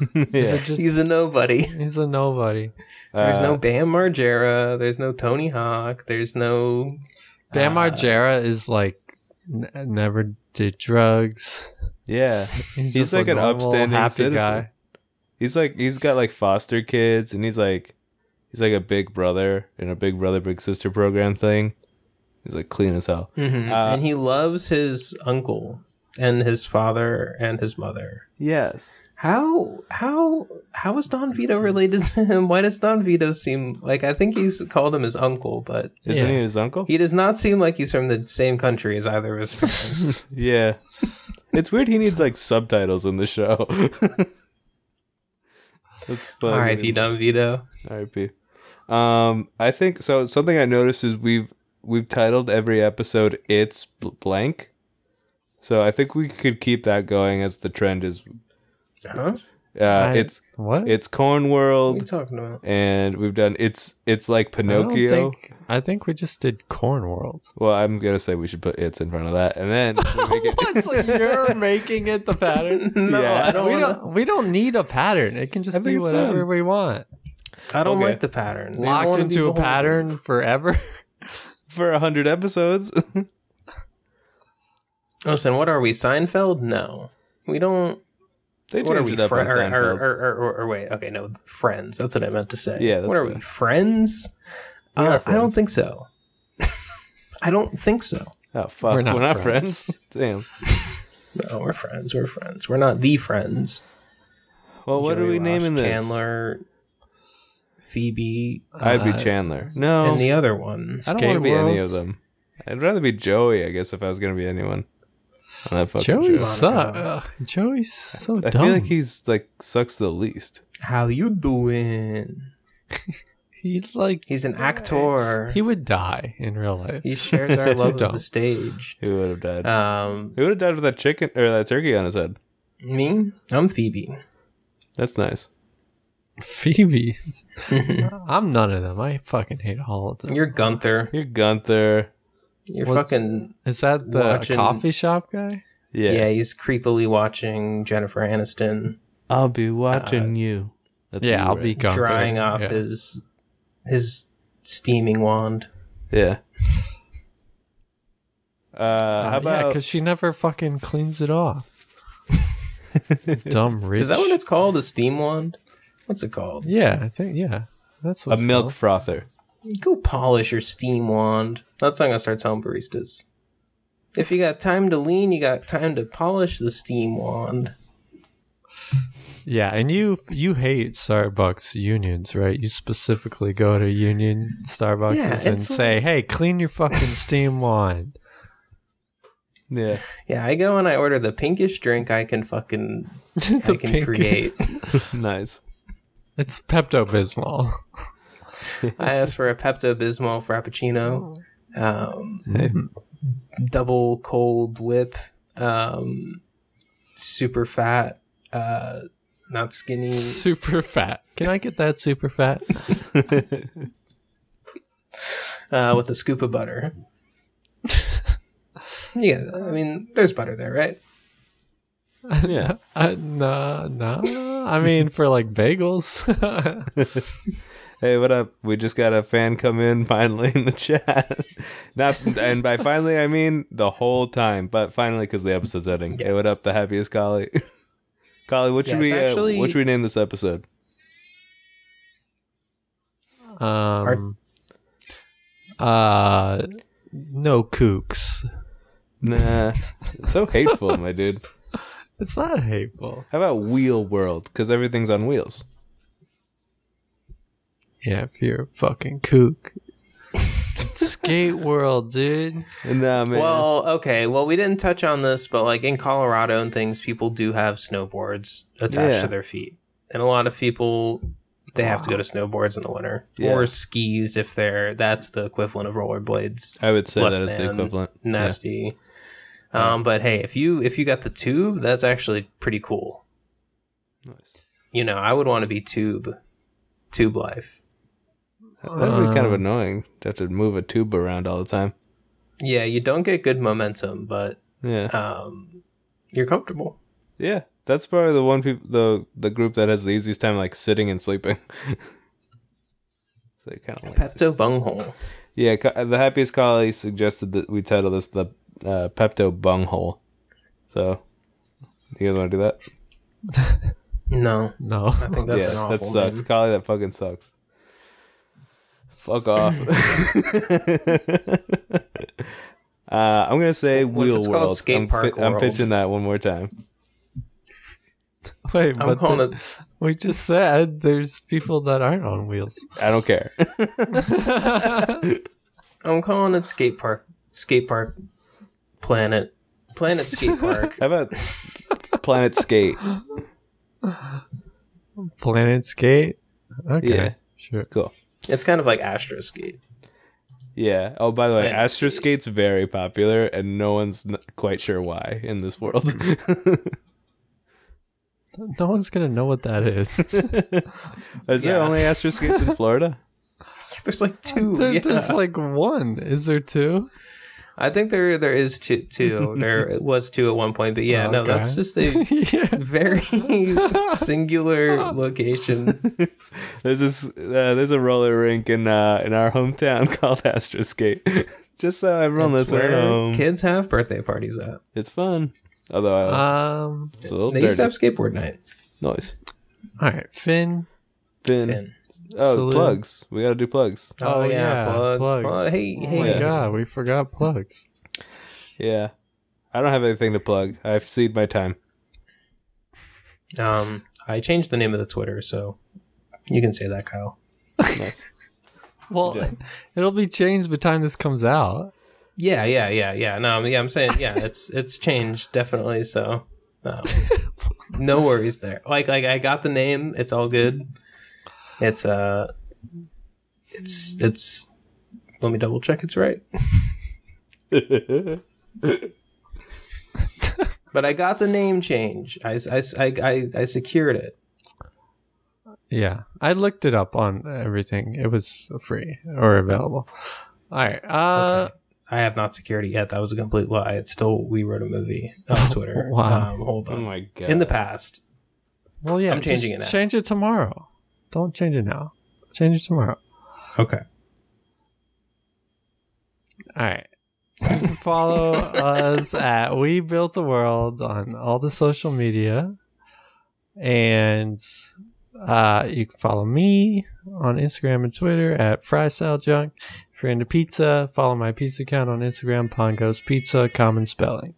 [SPEAKER 2] Is
[SPEAKER 1] yeah.
[SPEAKER 2] it just
[SPEAKER 3] He's a nobody.
[SPEAKER 2] he's a nobody.
[SPEAKER 3] There's no
[SPEAKER 1] Uh,
[SPEAKER 3] Bam Margera. There's no Tony Hawk. There's no.
[SPEAKER 2] Bam
[SPEAKER 3] uh,
[SPEAKER 2] Margera is like n- never did drugs.
[SPEAKER 1] yeah. He's
[SPEAKER 2] just a
[SPEAKER 1] like an
[SPEAKER 2] normal,
[SPEAKER 1] upstanding
[SPEAKER 2] happy
[SPEAKER 1] citizen.
[SPEAKER 2] guy.
[SPEAKER 1] He's like he's got like foster kids and he's like he's like a big brother in a big brother big sister program thing. He's like clean as hell.
[SPEAKER 3] Mhm.
[SPEAKER 1] Uh,
[SPEAKER 3] and he loves his uncle and his father and his mother.
[SPEAKER 1] Yes.
[SPEAKER 3] How how how is Don Vito related to him? Why does Don Vito seem like I think he's called him his uncle, but
[SPEAKER 1] Isn't
[SPEAKER 2] Yeah.
[SPEAKER 1] he his uncle?
[SPEAKER 3] he does not seem like he's from the same country as either of his parents.
[SPEAKER 1] yeah. it's weird he needs like subtitles in the show. That's funny.
[SPEAKER 3] R.I.P. Don Vito.
[SPEAKER 1] R.I.P. Um, I think so. Something I noticed is we've we've titled every episode "It's bl- blank," so I think we could keep that going as the trend is.
[SPEAKER 3] Huh?
[SPEAKER 1] Uh,
[SPEAKER 2] I-
[SPEAKER 1] it's
[SPEAKER 2] what?
[SPEAKER 1] it's Corn
[SPEAKER 3] What are you
[SPEAKER 1] World,
[SPEAKER 3] talking about?
[SPEAKER 1] and we've done it's it's like
[SPEAKER 2] I don't
[SPEAKER 1] Pinocchio.
[SPEAKER 2] think, I think we just did Corn World.
[SPEAKER 1] Well, I'm gonna say we should put "It's" in front of that, and then we make it-
[SPEAKER 2] It's like you're making it the pattern.
[SPEAKER 3] No,
[SPEAKER 1] Yeah.
[SPEAKER 3] I don't.
[SPEAKER 2] we
[SPEAKER 3] Wanna,
[SPEAKER 2] don't. We don't need a pattern. It can just
[SPEAKER 1] I think
[SPEAKER 2] be
[SPEAKER 1] it's
[SPEAKER 2] whatever
[SPEAKER 1] fun.
[SPEAKER 2] we want.
[SPEAKER 3] I don't
[SPEAKER 1] Okay.
[SPEAKER 3] like the pattern. I don't
[SPEAKER 2] Locked
[SPEAKER 3] wanna be
[SPEAKER 2] into a
[SPEAKER 3] beholden.
[SPEAKER 2] pattern forever.
[SPEAKER 1] for a hundred episodes.
[SPEAKER 3] Listen, what are we? Seinfeld? No, we don't.
[SPEAKER 1] they
[SPEAKER 3] what are
[SPEAKER 1] changed
[SPEAKER 3] we?
[SPEAKER 1] it up
[SPEAKER 3] fri-
[SPEAKER 1] on
[SPEAKER 3] or, or,
[SPEAKER 1] Seinfeld.
[SPEAKER 3] or, or, or- or wait, okay, no, friends. That's what I meant to say.
[SPEAKER 1] Yeah, that's
[SPEAKER 3] what are
[SPEAKER 1] better.
[SPEAKER 3] we? Friends?
[SPEAKER 1] We are
[SPEAKER 3] Uh, I don't
[SPEAKER 1] friends.
[SPEAKER 3] think so. I don't think so.
[SPEAKER 1] Oh fuck,
[SPEAKER 2] We're
[SPEAKER 1] we're
[SPEAKER 2] not
[SPEAKER 1] not,
[SPEAKER 2] friends.
[SPEAKER 1] friends. Damn.
[SPEAKER 3] No, we're friends. We're friends. We're not the friends.
[SPEAKER 1] Well, what
[SPEAKER 3] Joey
[SPEAKER 1] are we
[SPEAKER 3] Wash,
[SPEAKER 1] naming this?
[SPEAKER 3] Chandler, Phoebe,
[SPEAKER 1] I'd be
[SPEAKER 2] Uh,
[SPEAKER 1] Chandler. No,
[SPEAKER 3] and the other one.
[SPEAKER 1] I don't want to
[SPEAKER 2] Skate
[SPEAKER 1] be any of
[SPEAKER 2] Worlds?
[SPEAKER 1] them. I'd rather be Joey, I guess, if I was gonna be anyone. On that fucking
[SPEAKER 2] Joey
[SPEAKER 1] show.
[SPEAKER 2] sucks. Joey's so
[SPEAKER 1] I
[SPEAKER 2] dumb.
[SPEAKER 1] feel like he's like sucks the least.
[SPEAKER 3] How you doing?
[SPEAKER 2] he's like
[SPEAKER 3] He's an actor.
[SPEAKER 2] he would die in real life.
[SPEAKER 3] He shares our
[SPEAKER 2] Too
[SPEAKER 3] love of
[SPEAKER 2] dumb.
[SPEAKER 3] the stage.
[SPEAKER 1] He would have died.
[SPEAKER 3] Um,
[SPEAKER 1] he would have died with that chicken or that turkey on his head.
[SPEAKER 3] me, I'm Phoebe.
[SPEAKER 1] That's nice.
[SPEAKER 2] Phoebe. I'm none of them. I fucking hate all of them.
[SPEAKER 3] You're Gunther.
[SPEAKER 1] You're Gunther.
[SPEAKER 3] You're
[SPEAKER 2] What's-
[SPEAKER 3] fucking
[SPEAKER 2] Is that the
[SPEAKER 3] Watching-
[SPEAKER 2] coffee shop guy?
[SPEAKER 1] Yeah.
[SPEAKER 3] Yeah, he's creepily watching Jennifer Aniston
[SPEAKER 1] I'll be watching you. That's
[SPEAKER 2] yeah,
[SPEAKER 1] you,
[SPEAKER 2] I'll
[SPEAKER 1] right?
[SPEAKER 2] be Gunther.
[SPEAKER 3] drying off
[SPEAKER 2] Yeah.
[SPEAKER 3] his his steaming wand.
[SPEAKER 1] Yeah. Uh,
[SPEAKER 2] Uh,
[SPEAKER 1] how
[SPEAKER 2] yeah,
[SPEAKER 1] about
[SPEAKER 2] because she never fucking cleans it off. Dumb rich.
[SPEAKER 3] Is that what it's called? A steam wand? What's it called?
[SPEAKER 2] Yeah, I think yeah. That's
[SPEAKER 1] a
[SPEAKER 2] what it's
[SPEAKER 1] milk
[SPEAKER 2] called.
[SPEAKER 1] frother?
[SPEAKER 3] Go polish your steam wand. That's what I'm gonna start telling baristas. If you got time to lean, you got time to polish the steam wand.
[SPEAKER 2] Yeah, and you you hate Starbucks unions, right? You specifically go to union Starbucks
[SPEAKER 3] Yeah,
[SPEAKER 2] and
[SPEAKER 3] it's
[SPEAKER 2] say, "Hey, clean your fucking steam wand."
[SPEAKER 1] Yeah.
[SPEAKER 3] Yeah, I go and I order the pinkest drink I can fucking
[SPEAKER 2] The
[SPEAKER 3] I can
[SPEAKER 2] pink-
[SPEAKER 3] create.
[SPEAKER 1] nice.
[SPEAKER 2] It's Pepto Bismol.
[SPEAKER 3] I asked for a Pepto Bismol Frappuccino, um, double cold whip, um, super fat, uh, not skinny.
[SPEAKER 2] super fat. Can I get that super fat?
[SPEAKER 3] uh, with a scoop of butter. yeah, I mean, there's butter there, right?
[SPEAKER 1] Yeah.
[SPEAKER 2] Uh, nah, nah. I mean, for like bagels.
[SPEAKER 1] Hey, what up? We just got a fan come in finally in the chat. Not and by finally I mean the whole time, but finally because the episode's ending. Hey, what up? The happiest collie. Collie, what should
[SPEAKER 3] Yes,
[SPEAKER 1] we uh,
[SPEAKER 3] actually-
[SPEAKER 1] what should we name this episode?
[SPEAKER 2] um, uh, no kooks.
[SPEAKER 1] Nah, so hateful, my dude.
[SPEAKER 2] It's not hateful.
[SPEAKER 1] How about Wheel World? Because everything's on wheels.
[SPEAKER 2] Yeah, if you're a fucking kook. Skate world, dude.
[SPEAKER 1] Nah, man.
[SPEAKER 3] Well, okay. Well, we didn't touch on this, but like in Colorado and things, people do have snowboards attached
[SPEAKER 1] Yeah.
[SPEAKER 3] to their feet, and a lot of people they have to go to snowboards in the winter
[SPEAKER 1] Yeah.
[SPEAKER 3] or skis if they're that's the equivalent of rollerblades.
[SPEAKER 1] I would say that
[SPEAKER 3] less
[SPEAKER 1] is the
[SPEAKER 3] than
[SPEAKER 1] equivalent.
[SPEAKER 3] Nasty. Um, but hey, if you if you got the tube, that's actually pretty cool.
[SPEAKER 1] Yeah.
[SPEAKER 3] You know, I would want to be tube, tube life.
[SPEAKER 1] That'd be
[SPEAKER 3] Um,
[SPEAKER 1] kind of annoying to have to move a tube around all the time.
[SPEAKER 3] Yeah, you don't get good momentum, but
[SPEAKER 1] Yeah,
[SPEAKER 3] um, you're comfortable.
[SPEAKER 1] yeah. That's probably the one people the the group that has the easiest time like sitting and sleeping. so kind of
[SPEAKER 3] Pepto bunghole.
[SPEAKER 1] yeah. co- The happiest collie suggested that we title this the uh, Pepto Bunghole. So, you guys want to do that?
[SPEAKER 3] No,
[SPEAKER 2] No.
[SPEAKER 3] I think that's an awful.
[SPEAKER 1] that sucks.
[SPEAKER 3] name.
[SPEAKER 1] Collie, that fucking sucks. Fuck off. uh, I'm gonna say
[SPEAKER 3] What if
[SPEAKER 1] Wheel
[SPEAKER 3] it's called
[SPEAKER 1] World.
[SPEAKER 3] Skate
[SPEAKER 1] I'm,
[SPEAKER 3] Park
[SPEAKER 1] I'm
[SPEAKER 3] World?
[SPEAKER 1] pitching that one more time.
[SPEAKER 2] Wait,
[SPEAKER 3] I'm
[SPEAKER 2] but
[SPEAKER 3] calling
[SPEAKER 2] the-
[SPEAKER 3] it.
[SPEAKER 2] we just said there's people that aren't on wheels.
[SPEAKER 1] I don't care.
[SPEAKER 3] I'm calling it skate park. Skate park. Planet. Planet skate park.
[SPEAKER 1] How about Planet Skate?
[SPEAKER 2] Planet skate. Okay.
[SPEAKER 1] Yeah.
[SPEAKER 2] Sure.
[SPEAKER 1] Cool.
[SPEAKER 3] It's kind of like Astro skate.
[SPEAKER 1] Yeah. Oh, by the way,
[SPEAKER 3] Planet
[SPEAKER 1] Astro Skate's very popular, and no one's n- quite sure why in this world.
[SPEAKER 2] No one's gonna know what that is.
[SPEAKER 1] Is there
[SPEAKER 3] Yeah.
[SPEAKER 1] only Astro Skates in Florida?
[SPEAKER 3] There's like two.
[SPEAKER 2] There-
[SPEAKER 3] yeah.
[SPEAKER 2] There's like one. Is there two?
[SPEAKER 3] I think there there is two. two. there was two at one point, but yeah, no,
[SPEAKER 2] Okay.
[SPEAKER 3] that's just a
[SPEAKER 2] yeah.
[SPEAKER 3] very singular location.
[SPEAKER 1] There's this. Uh, there's a roller rink in uh, in our hometown called Astro Skate. Just so everyone
[SPEAKER 3] That's
[SPEAKER 1] listening, at
[SPEAKER 3] where
[SPEAKER 1] home.
[SPEAKER 3] kids have birthday parties at.
[SPEAKER 1] it's fun. Although I,
[SPEAKER 2] Um.
[SPEAKER 1] it's a little
[SPEAKER 3] Uh, They used
[SPEAKER 1] dirty
[SPEAKER 3] to have skateboard night.
[SPEAKER 1] noise.
[SPEAKER 2] All right, Finn.
[SPEAKER 1] Finn.
[SPEAKER 3] Finn. uh,
[SPEAKER 1] Oh,
[SPEAKER 2] Salute.
[SPEAKER 1] plugs. We gotta do plugs.
[SPEAKER 3] Oh, yeah, plugs, plug- hey,
[SPEAKER 2] oh
[SPEAKER 3] hey.
[SPEAKER 2] my
[SPEAKER 1] Yeah.
[SPEAKER 2] god, we forgot plugs.
[SPEAKER 1] Yeah. I don't have anything to plug. I've ceded my time.
[SPEAKER 3] Um, I changed the name of the Twitter, so you can say that, Kyle.
[SPEAKER 1] Nice.
[SPEAKER 2] Well,
[SPEAKER 1] Yeah.
[SPEAKER 2] it'll be changed by the time this comes out.
[SPEAKER 3] Yeah, yeah, yeah, yeah. No, I'm- yeah, I'm saying yeah, it's it's changed definitely. So, um, no worries there. Like like I got the name. It's all good. It's uh, it's it's. Let me double check. It's right. Oh But I got the name change. I s- I s- I- I- I secured it.
[SPEAKER 2] Yeah, I looked it up on everything. It was free or available. All right. Uh,
[SPEAKER 3] I have not secured it yet. That was a complete lie. It's still we wrote a movie on Twitter.
[SPEAKER 2] Wow.
[SPEAKER 3] Um, hold
[SPEAKER 1] oh
[SPEAKER 3] on.
[SPEAKER 1] my god.
[SPEAKER 3] In the past,
[SPEAKER 2] Well, yeah,
[SPEAKER 3] I'm changing
[SPEAKER 2] just
[SPEAKER 3] it now.
[SPEAKER 2] Change it tomorrow. Don't change it now. Change it tomorrow.
[SPEAKER 3] okay.
[SPEAKER 2] All right. You can follow us at We Built a World on all the social media. And uh, you can follow me on Instagram and Twitter at FrySalJunk. If you're into pizza, follow my pizza account on Instagram, Pongo's Pizza, common spelling.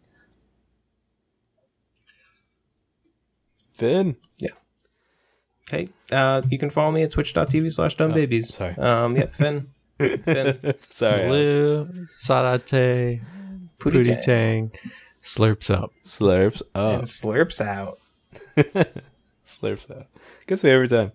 [SPEAKER 1] Finn.
[SPEAKER 3] Hey, uh, you can follow me at twitch.tv slash dumbbabies.
[SPEAKER 1] Oh, sorry.
[SPEAKER 3] Um, yep, Finn. Finn.
[SPEAKER 1] Sorry. Alex.
[SPEAKER 2] Salute, salate,
[SPEAKER 3] Pootie
[SPEAKER 2] pootie
[SPEAKER 3] tang.
[SPEAKER 2] tang, slurps up.
[SPEAKER 1] Slurps Oh, up.
[SPEAKER 3] And slurps out.
[SPEAKER 1] Slurps up. Gets me every time.